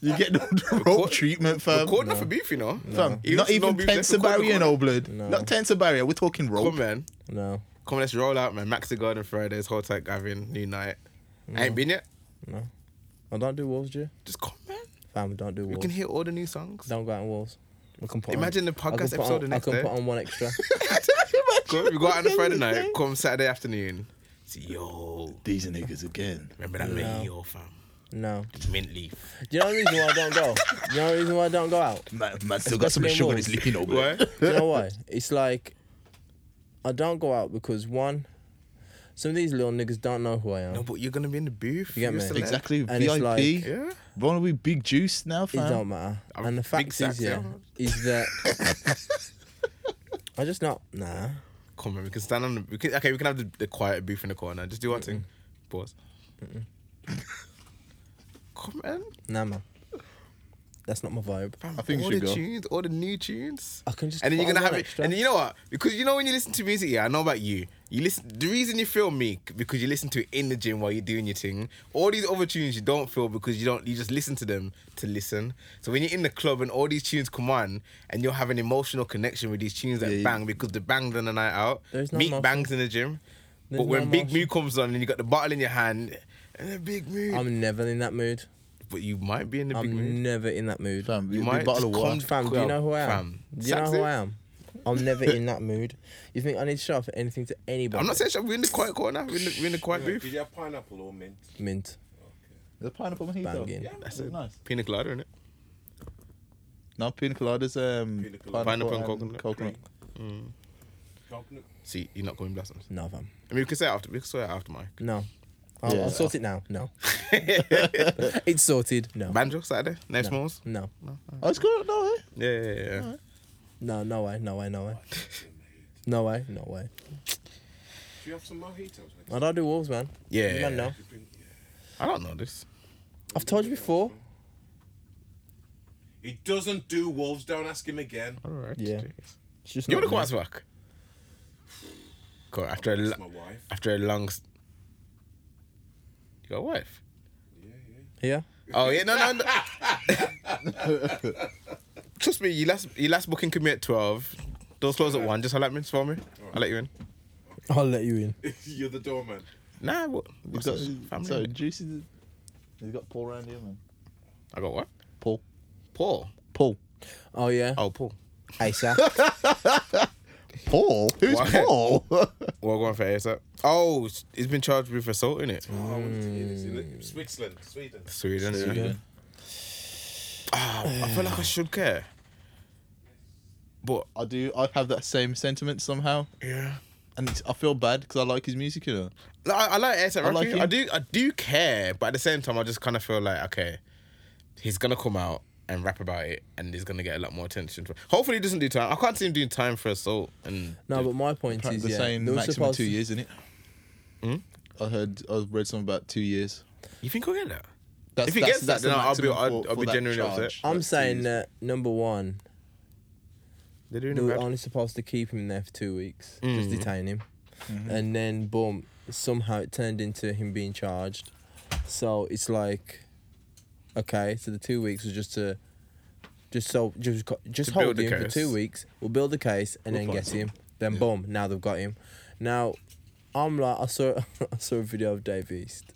You get the, the rope treatment, fam.
recording off a beef, you know.
Fam, not
if no
even oh.
beef,
tense
let's
a
record,
barrier and
record.
old blood.
No.
Not tense a barrier. We're talking rope.
Come, man.
No,
Come, let's roll out, man. Maxi Garden Fridays, whole tight Gavin, new night. I ain't been yet.
I don't do wolves, Drew.
Just come, man.
Fam, don't do
We
wolves.
can hear all the new songs.
Don't go out in wolves. We can put
Imagine
on,
the podcast
I can put
episode
on-
the next
I can
day.
put on one extra.
Go, we go out on a Friday night, come Saturday afternoon. See, yo,
These niggas again.
remember that mint yo, fam?
no.
Mint leaf.
Do you know the reason why I don't go? Do you know the reason why I don't go out?
Man, man still got some
Especially
sugar in
wolves.
his lipping over.
Why?
Do you know why? *laughs* It's like I don't go out because one, some of these little niggas don't know who I am.
No, but you're gonna be in the booth.
You get
you're
me?
a celeb.
Exactly.
And it's
VIP.
like-
Yeah.
Wanna be big juice now,
It don't
fam?
matter.
I'm
and the
big
fact
sacks,
is, yeah,
yeah.
is that *laughs* I just not nah.
Come on, we can stand on. The, we can, okay, we can have the, the quiet booth in the corner. Just do one thing. Pause. *laughs* Come on,
Nah man. That's not my vibe.
fam,
I think you
all
should
the
go.
tunes, all the new tunes.
I can just
And then
put
you're gonna have
on one
it.
extra.
And you know what? Because you know when you listen to music, yeah, I know about you. You listen. The reason you feel meek because you listen to it in the gym while you're doing your thing. All these other tunes you don't feel because you don't. You just listen to them to listen. So when you're in the club and all these tunes come on, and you'll have an emotional connection with these tunes that
Yeah, you-
bang because they banged on the night out.
There's no
meek
emotion.
bangs in the gym,
There's
but when
no
Big
emotion.
Moo comes on and you got the bottle in your hand, and a Big Moo,
I'm never in that mood.
but you might be in the Big Moo.
I'm never in that mood.
Fam,
You
big
might
bottle of
just
water.
come-
Fam, do you know who I am?
Fam.
Do you know
Sexy.
who I am? I'm never in that mood. You think I need to show off anything to anybody?
I'm not saying we're in the quiet corner. We're in the, we're in the quiet
Did
booth.
you have pineapple or mint?
mint.
The pineapple mojito.
Banging.
That's it. Nice.
Pina colada, innit?
Not pina colada's um
Pina colada.
Pineapple and
and
coconut.
Coconut.
See, you're not going blossoms.
No, fam.
I mean, we can say it after. We can say it after, Mike.
No. I'll,
Yeah.
I'll sort it now.
*laughs*
No. it's sorted. No.
Banjo Saturday, next
no.
Smalls.
Mm. no.
Oh, it's good. No, eh?
Yeah, yeah, yeah. yeah.
No. No way. No way. No way. No way. No way.
Do you have some mojitos?
I don't do wolves, man.
Yeah.
You man, no.
I don't know this.
I've told you before.
He doesn't do wolves. Don't ask him again. *laughs*
All right.
Yeah.
jeez.
It's just
You
not
want to come
me.
out to work? Cool. After a
That's my
lo-
wife. *laughs*
after a long. s- You got a wife?
Yeah.
Oh yeah, no, no, no. *laughs* Trust me, your last your last booking could be at twelve. Doors close at one. Just holler at me for me. I'll let you in.
I'll let you in.
You're the doorman.
Nah, what?
He's got,
family.
so juicy. He's got Paul around here, man.
I got what?
Paul.
Paul.
Paul.
Oh yeah.
Oh, Paul.
*laughs*
ASAP.
Paul? Who's
What?
*laughs*
Paul?
Well, going for ASAP. Oh, he's been charged with assault, isn't it?
Oh, I wouldn't hear this. In Switzerland, Sweden.
Sweden.
Sweden.
Sweden. Oh, I feel like I should care. But
I do. I have that same sentiment somehow,
yeah.
and it's, I feel bad because I like his music, you know.
No, I, I like ASAP
I like
Rocky.
him.
I do I do care, but at the same time I just kinda feel like, okay, he's gonna come out and rap about it and he's gonna get a lot more attention for Hopefully he doesn't do time. I can't see him doing time for assault and
No, but my point is
Apparently the
yeah,
same
they were
maximum
supposed
two
to-
years, isn't it?
Hmm?
I heard. I read something about two years.
you think he'll get that?
That's,
If he gets that,
the
then I'll be-
maximum
I'll- I'll be
that
genuinely upset.
charge.
I'm
That's two
saying
years.
that number one,
They're doing
they
him
were
bad.
only supposed to keep him there for two weeks,
Mm.
just detain him, and then boom, somehow it turned into him being charged. So it's like, okay, so the two weeks was just to, just so just co- just
To
hold
build the
him for
case.
two weeks. We'll build the case and then get him. Then boom, now they've got him. Now, I'm like, I saw *laughs* I saw a video of Dave East.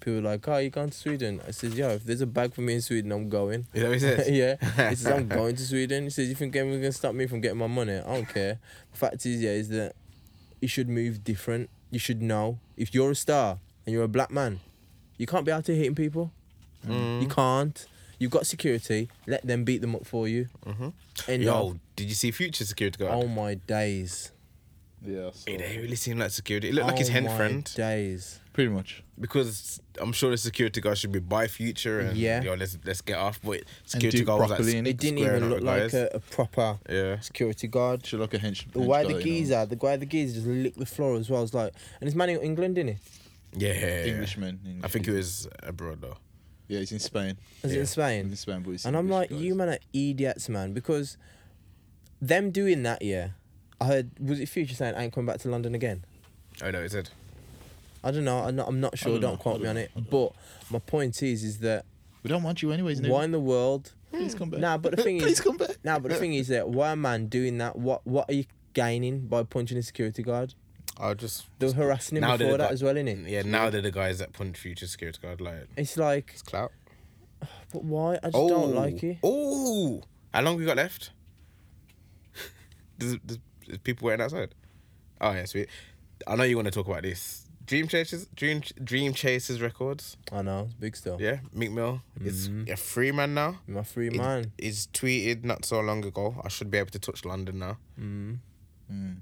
People were like, oh, you going to Sweden? I says, yo, if there's a bag for me in Sweden, I'm going.
Is that what he says?
*laughs* yeah. He
*laughs*
says, I'm going to Sweden. He says, You think anyone's going to stop me from getting my money? I don't care. The fact is, yeah, is that you should move different. You should know. If you're a star and you're a black man, you can't be out here hitting people.
Mm.
You can't. You've got security. Let them beat them up for you. Mm-hmm. And
Yo, did you see Future security guard?
oh my days.
Yeah, so-
It didn't really seem like security. It looked like his
Oh
hen
my
friend.
days.
pretty much.
because I'm sure the security guard should be by future and
Yeah.
yo, let's let's get off. But security
do
guard was like,
broccoli and
It didn't
squaring
even
up
look
the
like
guys.
a, a proper
Yeah.
security guard.
Should like a hench.
The way the geezer, the guy the geezer just licked the floor as well. It's like, and it's man in England, innit?
yeah,
Englishman.
I think it was abroad though.
Yeah, he's in Spain.
As
Yeah.
in Spain.
He's in Spain, but he's
And I'm
English,
like,
guys.
you man are idiots, man, because them doing that, yeah. I heard was it Future saying I ain't coming back to London again.
Oh no, it said.
I don't know. I'm not, I'm not sure. Don't,
don't know,
quote
I
me on it. But my point is, is that
We don't want you anyways. Nick.
why in the world?
Please come back.
Nah, but the
*laughs*
thing
please
is,
come back.
Nah, but the thing is that why a man doing that? What What are you gaining by punching a security guard?
I just
They were harassing him
Now they're
before
the
that
gu-
as well, innit?
yeah. Now they're the guys that punch future security guard like
It's like,
clout.
but why? I just
Oh.
don't like it.
Oh, how long we got left? *laughs* there's, there's, there's people waiting outside. Oh yeah, sweet. I know you want to talk about this. Dream Chasers, Dream Dream Chasers Records.
I know, it's big stuff.
Yeah, Meek Mill is a free man now.
My Mm-hmm. free
It-
man.
It's tweeted not so long ago. I should be able to touch London now.
Mm-hmm.
Mm.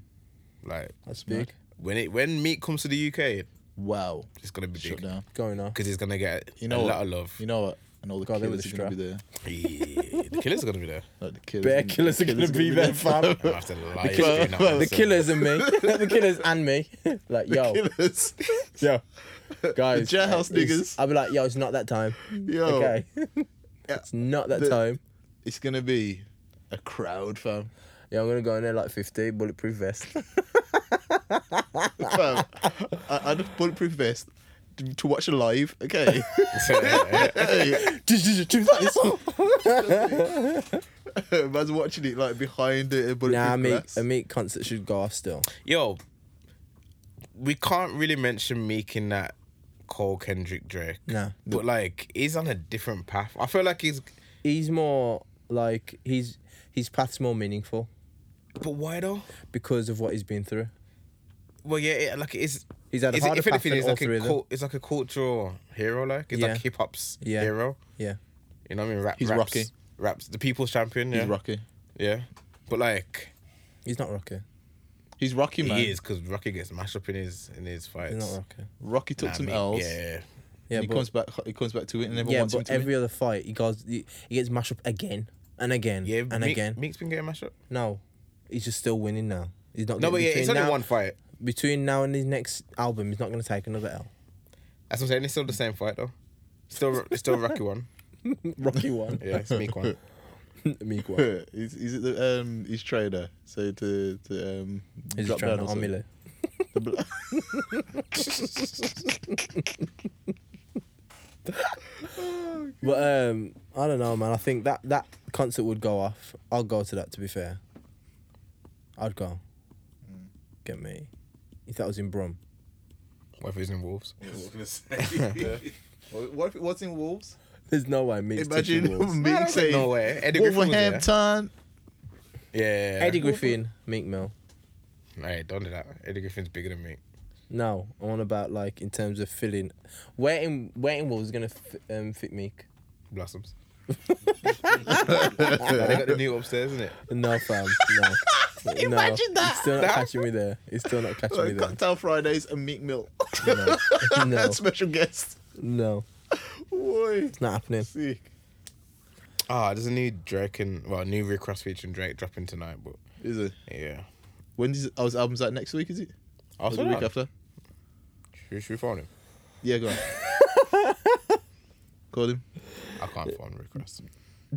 Like
That's big.
when it when meat comes to the UK,
*laughs* Wow.
it's gonna be
Shut
big
down.
Going on.
because he's gonna get
You know
a
what?
lot of love.
You know what? And all the
God, they were
killers are gonna be there.
Yeah, the killers are gonna be
*laughs*
there.
Like the killers.
Bear
and-
killers are gonna be there, fam.
I'm gonna have to lie.
killer-
straight now,
the
so-
killers and me, the killers and me. *laughs* like yo, *laughs*
*laughs* Killers.
yo, guys,
The
it's-
jailhouse niggas.
I'll be like, yo, it's not that time.
Yo,
Okay, it's not that
The-
time.
it's gonna be a crowd, fam.
Yeah, I'm gonna go in there like 50 bulletproof vest. *laughs*
fam. I, I had a bulletproof vest to, to watch live. Okay.
*laughs*
hey, *laughs* man's watching it like behind the bulletproof
*laughs* nah, a meat,
glass.
a meat concert should go off still.
*laughs* Yo, we can't really mention Meek in that Cole Kendrick Drake.
Nah.
but like he's on a different path. I feel like he's.
He's more like he's his path's more meaningful
But why though?
because of what he's been through.
Well, yeah, it, like it's.
He's had a
it's-
harder
if
path
anything,
than
it's
all
like
three
a
of them.
cult, it's like a cultural hero, like it's
Yeah.
like hip hop's
Yeah.
hero.
Yeah,
You know what I mean? Rap,
He's
raps,
Rocky.
raps the people's champion. Yeah,
He's Rocky.
yeah, but like
He's not Rocky.
He's Rocky, man.
he is because Rocky gets mashed up in his in his fights.
He's not Rocky.
Rocky took
Nah,
some
me-
L's.
Yeah,
Yeah,
he
but,
comes back. He comes back to it, and everyone
yeah,
wants him
but
to win.
every other fight he goes, he, he gets mashed up again and again
yeah,
and
Meek-
again.
Meek's been getting mashed up.
No, he's just still winning now. He's not.
No,
getting-
but yeah,
between
it's only
now,
one fight.
Between now and his next album, he's not going to take another L.
That's what I'm saying. It's still the same fight though. Still,
*laughs*
it's still Rocky one.
Rocky one,
Yeah, it's Meek one.
*laughs* Meek
*laughs*
one.
is, is it the um his trainer? So to to um
He's
drop
trying
down
to
or
arm
something?
you.
The
*laughs*
bl-
But um, I don't know, man. I think that that concert would go off. I'll go to that. To be fair, I'd go. Get me. If that was in Brum,
What if he's in Wolves?
I was gonna say. *laughs*
what if it was in Wolves?
there's no way Meek's touching walls.
Imagine
I
Meek
don't
saying
know where. Eddie Griffin was there.
Wolverhampton.
Yeah, yeah, yeah.
*laughs* Eddie Griffin, Meek Mill.
Hey, don't do that. Eddie Griffin's bigger than Meek.
No, I want about like in terms of filling. Where in where in Wolves gonna f- um, fit Meek?
Blossoms. they got the new upstairs, isn't it?
No, fam. *laughs* No. Imagine that. It's still not catching me there. It's still not catching me *laughs*
Like
there.
Cocktail Fridays and Meek Mill. *laughs*
No. *laughs* No.
Special guest.
No.
Boy,
It's not happening.
sick.
Ah, there's a new Drake and well, a new Rick Ross featuring Drake dropping tonight, but
Is it?
yeah.
When does oh, his album's out next week? Is it?
I'll
Or the week after?
Should, should we phone him?
Yeah, go on.
*laughs*
Call him.
I can't phone Rick Ross.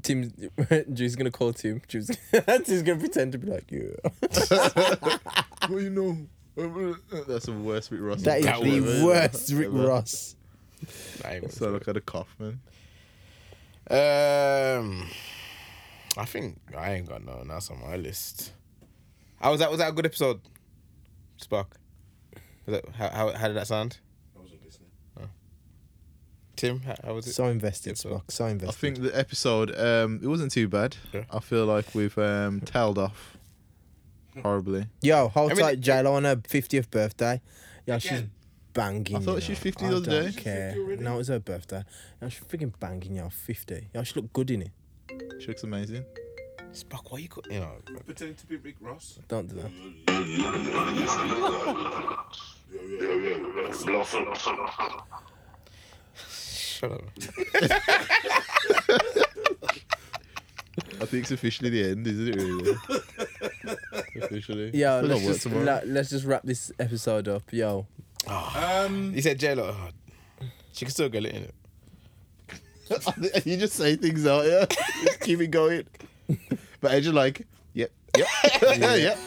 Tim's *laughs* Drew's gonna call Tim. Drew's *laughs* Tim's gonna pretend to be like you.
Well, you know, that's the worst Rick Ross.
That is
That
the
was-
worst *laughs* Rick
Ever.
Ross.
Nah, he won't
So
do
like I had a cough, man.
it. um, I think I ain't got no. That's on my list. I was that was that a good episode? Spark. Was that, how, how how did that sound?
I wasn't listening.
Tim, how, how was it?
So invested,
Episode.
Spock. So invested.
I think the episode, um, it wasn't too bad.
Yeah.
I feel like we've um, tailed off horribly.
Yo, hold
I mean-
tight, J Lo on her fiftieth birthday. Yo, she's banging.
I thought
yo.
she was 50
I
the other day.
don't
She's
Care. No, it was her birthday. Yo, she's freaking banging. Yo, fifty. Yo, she looked good in it.
She looks amazing.
Spark, why you got you know?
Pretending to be Rick Ross.
Don't do that.
Shut up.
I think it's officially the end, isn't it? *laughs* Really? officially.
Yo,
Still got
let's
work
just
tomorrow.
la- let's just wrap this episode up. Yo,
Um,
He said J Lo. she can still get it in it.
*laughs* you just say things out, yeah. Just keep it going. But Edge, like, yep,
*laughs*
yep, *laughs* yep,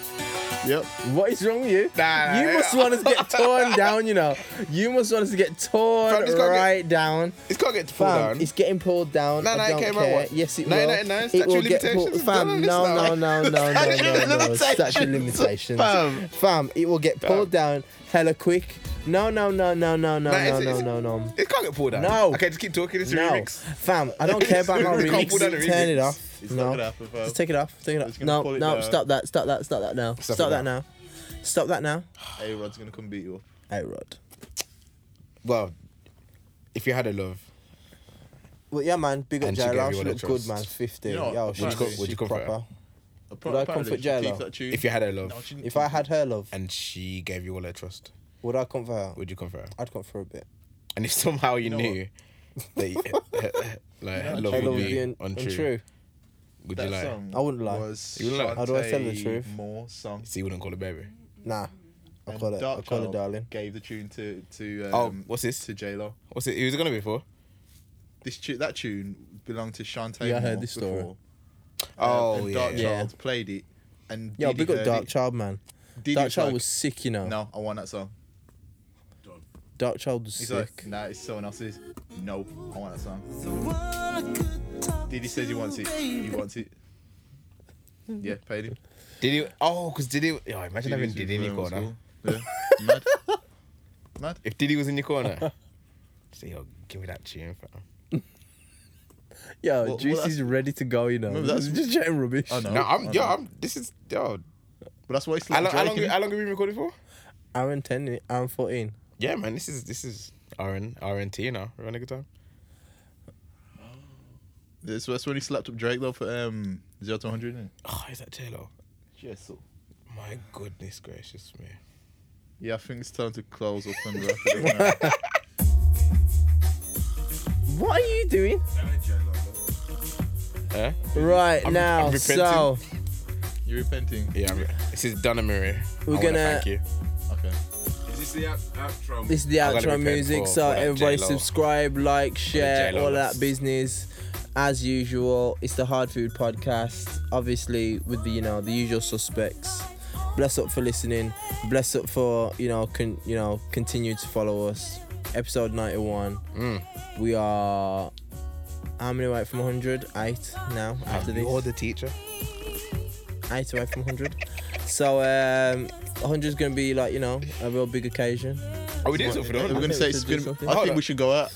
yep.
what is wrong with you?
Nah, nah,
you
yeah.
must want us to get
*laughs*
torn down. You know, you must want us to get torn
Fam, it's gotta get-
right down.
It's can't get to fall
Fam,
down.
it's getting pulled down.
No, no,
I
it
don't
came out
care.
what?
Yes, it will.
999
it will
statute
get
limitations?
pulled. Fam,
No, no,
no, no,
it's *laughs*
no, no, no,
Statute
no, no, no.
limitations.
Statute limitations.
Fam.
Fam, it will get pulled down hella quick. No, no, no, no, no, no,
Nah,
no,
it's-
no,
it's-
no, no.
It can't get pulled down.
No.
Okay, just keep talking. It's a
No,
remix.
fam, I don't care about my
We can't
remix.
pull down the
Turn it
remix.
off.
It's not
No,
gonna happen, fam.
just take it off. Take it
It's
off.
gonna
No,
pull it
no,
down.
stop that. Stop that. Stop that now.
Stop
Stop
it
that
now.
now. Stop that now.
A Rod's gonna come beat you up.
Hey, Rod.
Well, if you had a love,
Well, yeah, man. Big up
And she gave
J-Lo.
you
She
all that
looked good,
trust.
man. 15.
You know what?
Yo,
Would
she's
you co-
would you
she's
comfort her?
proper.
Apparently,
Would I comfort
she keeps
J-Lo?
that tune.
if you had a love,
No, she didn't-
If I had her love,
and she gave you all her trust,
would I comfort her?
would you comfort her?
I'd comfort her a bit.
And if somehow you,
know
knew *laughs* that you, like her love
Her
would
love would
be
be un-
untrue,
untrue.
would
that
you like?
song
I wouldn't lie.
Was
You wouldn't lie.
How do I tell the
Shantae
truth?
Moore's song.
So you wouldn't call her baby.
Nah. I
And
call it. I
Dark
call it,
Child
darling.
Gave the tune to to um,
Oh, what's this?
to J Lo.
What's it? Who's it gonna be for?
This tune, that tune belonged to Shantae.
Yeah, I heard
Moore
this story.
before. Um,
Oh
and
yeah.
Dark
Yeah.
Child played it, and
Yo,
Diddy
big up
heard
Dark
it.
Child, man.
Diddy
Dark Child
like,
was sick, you know.
No, I want that song.
Dark Child was
He's
sick.
like, nah, it's someone else's. No, I want that song. Diddy says he wants it. He wants it. Yeah, paid him.
Did he? Oh, because Diddy. Oh, imagine having Diddy in your corner.
Yeah,
*laughs*
mad. Mad.
If Diddy was in your corner, say, yo, give me that tune, fam.
Yo,
well,
Juicy's
that's-
ready to go, you know.
No, that's-
*laughs* just chatting rubbish.
I know.
Oh, No, I'm.
I
Yo,
know.
I'm. This is. Yo.
But that's why it's
How
like
long? How
Drake,
long?
innit?
How long have we been recording for?
Aaron 10, innit? Aaron 14.
Yeah, man. This is this is RN RNT. You know, we're having a good time.
That's, that's when he slapped up Drake though for um zero to hundred.
Oh, is that Taylor?
Yes. So.
My goodness gracious me.
Yeah, I think it's time to close up and wrap
*laughs*
it up. now.
What are you doing?
Eh?
Right
I'm-
now,
I'm repenting.
so
You're repenting.
Yeah, I'm, this is Donna Murray.
We're
I wanna
gonna-
thank you.
Okay.
Is this the out- outro?
this is the
I gotta
outro
repent
music.
for-
so
for that
everybody
J-Lo.
subscribe, like, share,
J-Lo
all
loss.
that business. As usual, it's the Hard Food Podcast. Obviously, with the you know the usual suspects. Bless up for listening. Bless up for you know con- you know continue to follow us. Episode ninety one.
Mm.
We are how many away from hundred? Eight now after this.
You're the teacher.
eight away from 100. So um, 100 is going to be like you know a real
*laughs*
big occasion.
Are Oh, we doing something?
We're
Donna?
gonna say it's
should do
gonna.
something.
I
Hold
think
on.
we should go out.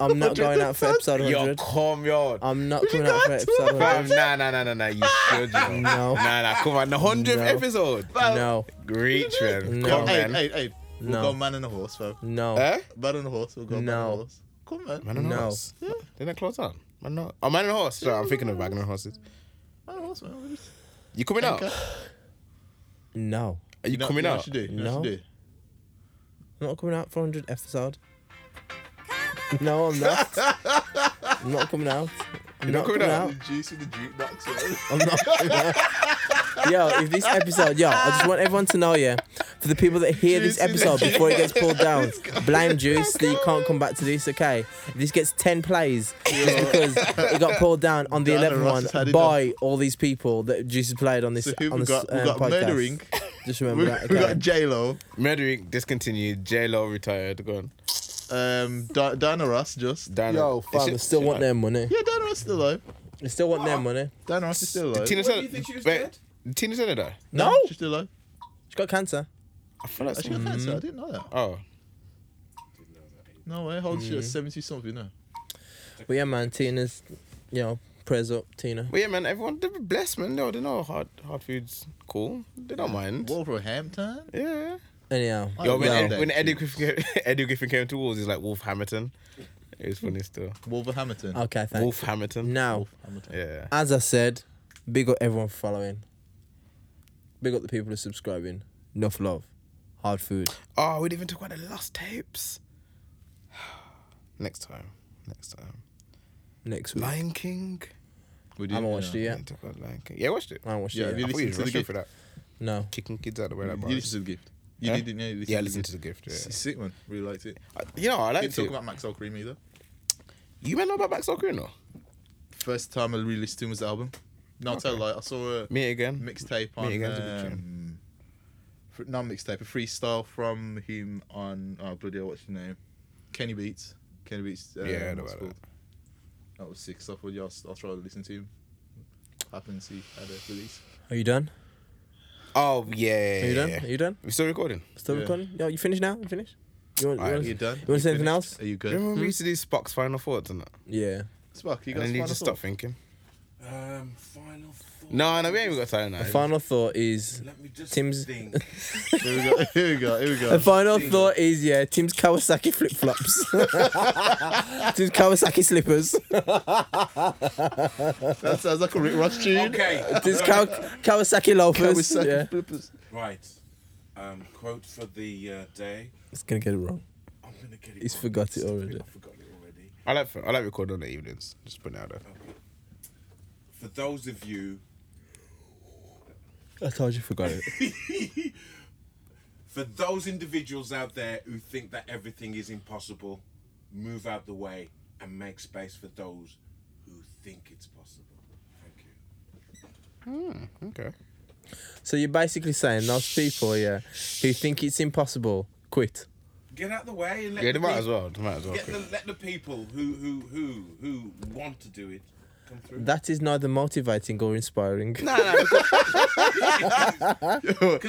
I'm not going out for episode
Yo,
100.
calm your.
I'm not coming out for episode
Fam,
100.
nah, nah, nah, nah, nah. You should. You
No.
know. Nah, nah. Come on. The hundredth
No.
episode.
No,
Reach, man.
No.
Come on,
Hey,
man.
hey, hey. We'll
No.
go man and a horse, bro.
Um, no,
Eh?
Man and a horse. We'll go man and
No.
a horse. Come on.
Man and
No.
a horse. Didn't that close on? Man and a- Oh, man and a horse. Sorry, I'm thinking of man and horses.
Man and a horse, man.
You coming out?
Okay.
Are
no.
you
know-
coming
know what
out?
you do? You know what you
No.
do?
I'm not coming out for 100 episode. No, I'm not. I'm not coming out. I'm
not coming out?
The juice with the jukebox. man.
I'm not coming out. Yo, if this episode, yo, I just want everyone to know, yeah, for the people that hear this
Juice in the
episode before it gets
*laughs*
pulled down, blame Juice that you can't come back to this, okay? If this gets 10 plays, it's because it got pulled down on the
Diana
11th
Ross has had
one
enough.
by all these people that Juice has played on this,
So who
on
we
this
got? We
um,
got
podcast.
murdering.
Just remember
We
that,
we
okay?
got J Lo,
Murdering discontinued. J Lo retired. Go on.
um, Di- Diana Ross, just.
Diana.
Yo,
Is
fam,
she-
I still want their money.
yeah, Diana Ross still alive.
I still want their money.
Diana Ross is still alive.
Tina
What, do
Turner.
you think she was
wait,
dead?
did Tina Turner die?
No!
she's still alive.
She got cancer.
I feel like
Oh, She got
someone-
cancer. I didn't know that.
Oh,
No way. How old is she?
Mm-hmm.
Like Seventy something now.
But yeah, man, Tina's, you know, prayers up, Tina.
but yeah, man. Everyone, they're blessed, man. No, they know hard hard foods cool. They don't mind.
Wolverhampton.
Hmm? Yeah.
Anyhow.
Yo, when,
Well,
Ed-
then,
when Eddie
dude.
Griffin came, *laughs* Eddie Griffin came to Wolves, he's like Wolf Hamilton. It was funny still.
Wolverhampton.
Okay, thanks.
Wolf Hamilton.
Now,
Wolverhampton.
Yeah.
as I said, big up everyone for following. Big up the people who are subscribing. Enough love. Hard food.
Oh, we didn't even talk about the lost tapes. *sighs* Next time. Next time.
Next week. I
Lion King.
We did,
haven't watched
yeah.
it
Yeah.
yet.
Didn't talk about Lion King. Yeah, I watched it.
I haven't watched
Yeah,
it yet.
you
I thought
listened
you
to
was
the
rushing
gift?
for that.
No.
Kicking kids out of the way. Like
You listened to the gift. You
Huh?
didn't know.
yeah, I listened to the gift.
It's
Yeah.
sick, man. Really liked it.
You know, I
Didn't
liked
talk
it.
about Max Alcarim either.
you may know about Max Ocarino.
First time I really listened to his album. No, tell a lie. I saw a
Me again.
mixtape on.
Me Again's a good
Um, fr- not mixtape, a freestyle from him on. Oh bloody hell, what's his name? Kenny Beats. Kenny Beats. Uh,
Yeah, I know
what's it
about
called? That was sick stuff. Well, yeah, I'll, I'll try to listen to him. Happens he had a release.
Are you done?
Oh yeah.
Are you done? Are
yeah.
you done?
We still recording.
Still
Yeah.
recording? Yo, you finished now? You finished? You want,
Alright,
you
Are
want,
you done?
You want to say anything
finished?
else?
Are you good?
Remember we used to do Spock's final thoughts and that,
Yeah.
Spark, you
and
got
then you
final
just
thought?
stop thinking.
Um, final thought.
No, no, we ain't even got time now.
A final thought is.
Let me just
Tim's- *laughs*
think.
Here we go. *laughs* Here we go. Here we go.
A final thought is yeah, Tim's Kawasaki flip flops. *laughs* Tim's Kawasaki slippers.
That sounds like a Rick Ross tune. *laughs*
okay.
Tim's Kaw- Kawasaki loafers.
Kawasaki
Yeah.
flippers.
Right. Um, quote for the uh, day.
It's gonna get it wrong.
I'm gonna get it.
He's
wrong.
forgot it already.
I forgot it already.
I like I like recording on the evenings. Just putting it out there.
For those of you,
I told you forgot it.
for those individuals out there who think that everything is impossible, move out the way and make space for those who think it's possible. Thank you.
Okay.
*laughs* So you're basically saying those people, yeah, who think it's impossible, quit.
Get out the way and let
Yeah,
the
they might
peop-
as well. They might as well.
Get the, let the people who who who who want to do it come through.
That is neither motivating or inspiring.
No, no, because-
Because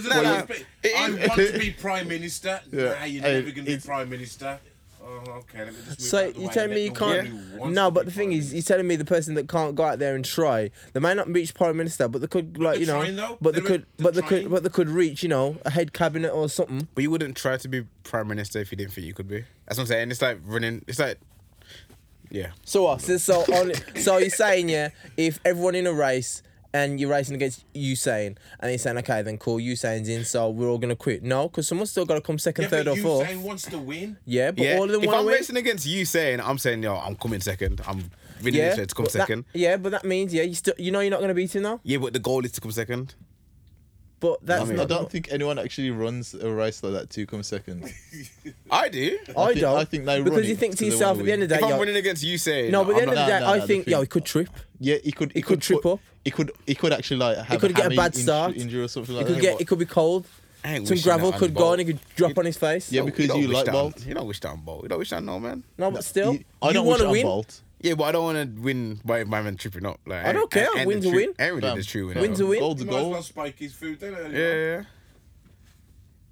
I
Well,
was
you-
bit- I want
*laughs*
to be prime minister. Nah, you're
Hey,
never going to be
it's-
prime minister. Oh, okay. Let me just move
So
out the
you're
way
telling me you
and let
can't?
the one who wants
No,
to
but
be
the thing
prime
is, you're telling me the person that can't go out there and try, they may not reach prime minister, but they could, like you
they're
know,
trying, though.
but they
They're-
could,
they're
but they could,
trying.
but they could reach, you know, a head cabinet or something.
but you wouldn't try to be prime minister if you didn't think you could be. That's what I'm saying. It's like running. It's like Yeah.
So what? So so, only, so you're saying yeah, if everyone in a race and you're racing against Usain, and he's saying okay, then cool, Usain's in, so we're all gonna quit. No, because someone's still got to come second,
Yeah,
third,
but
or fourth.
Usain wants to win.
yeah, but
yeah.
all of them
if
want
I'm
to win.
racing against you saying, I'm saying, yo, I'm coming second. I'm really
yeah,
interested to come
but that-
second.
yeah, but that means yeah, you still you know you're not gonna beat him now.
Yeah, but the goal is to come second.
But that's
mean-
I
not.
don't think anyone actually runs a race like that to come second.
I do.
I,
think-
don't.
I think they run
because you
it
think to
till they
yourself
wanna
at the end of the
If
day,
I'm
yo,
winning against you saying,
no, but at the end
I'm
of the day,
not- no, no,
I
no,
think
the
yo,
thing-
he could trip.
Yeah, he could. He,
could trip
put-
up.
He could. He could actually like have.
could get a
hammy
bad
inju-
start.
Injury or something
He
like
could
that.
get. It could be cold.
I ain't
Some
wishing that
gravel
on
could
the
go
ball.
and he could drop on his face.
Yeah, because
don't
you
wish
like
that on-
Bolt.
You don't wish that on Bolt. You don't wish that on no man.
No, but still,
You- I
you
don't
want
wish
to
it on
win.
Bolt.
Yeah, but I don't want to win by my man tripping up. Like
I don't care.
ain't
Win's
the
a
true-
win.
Ain't really
Fam,
the true winner.
Win to
though.
win.
Gold's a
You might as well
goal.
spike his food, don't
Yeah, yeah. yeah.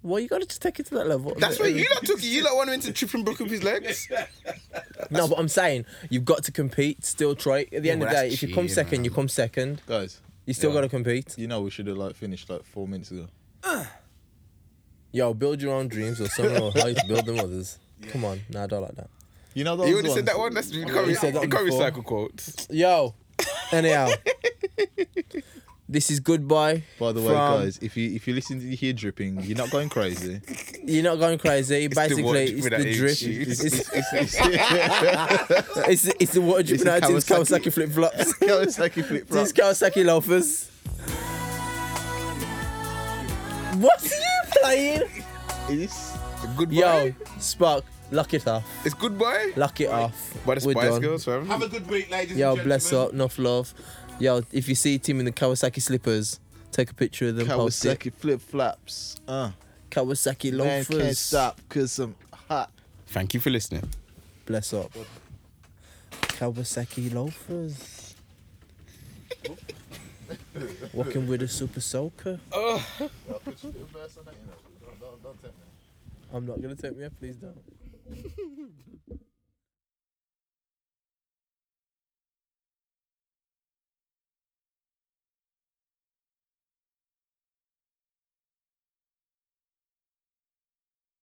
Well, you got to just take it to that level.
That's why you lot took. it. You lot want him to trip and broke up his legs.
*laughs* No, but I'm saying you've got to compete. Still try. At the end of
but
the day,
that's
if you come
cheating,
second, you
man.
come second.
Guys,
You still
yeah,
got to compete.
You know we should have like finished like four minutes ago.
Yo, build your own dreams or someone will help you build them others.
*laughs*
Come on, no, I don't like that.
You know those
You already
ones-
said that one. That's you can't,
you said that
you can't
before.
recycle quotes.
Yo,
*laughs*
anyhow, this is goodbye.
By the way,
from-
guys, if you if you listen to you hear dripping, you're not
*laughs*
going crazy.
you're not going crazy. Basically,
water
it's
dripping
the
out *laughs*
drip.
his shoes.
It's, it's,
It's- *laughs*
it's, it's the water dripping
the
out his
Kawasaki.
Kawasaki
*laughs*
flip flops.
Kawasaki flip flop.
These Kawasaki loafers. What are you playing?
It's-
Goodbye.
Yo, Spark, lock it off.
It's goodbye.
Lock it off.
By the
We're
Spice
done.
Girls, fam.
Have a good week, ladies
Yo,
and gentlemen.
bless up, enough love. Yo, if you see Tim in the Kawasaki slippers, take a picture of them. post it.
Kawasaki flip flops. Uh,
Kawasaki
man
loafers.
can't stop because I'm hot.
Thank you for listening.
Bless up. Kawasaki loafers. Walking with a super soaker. I'm not gonna take me up, please don't.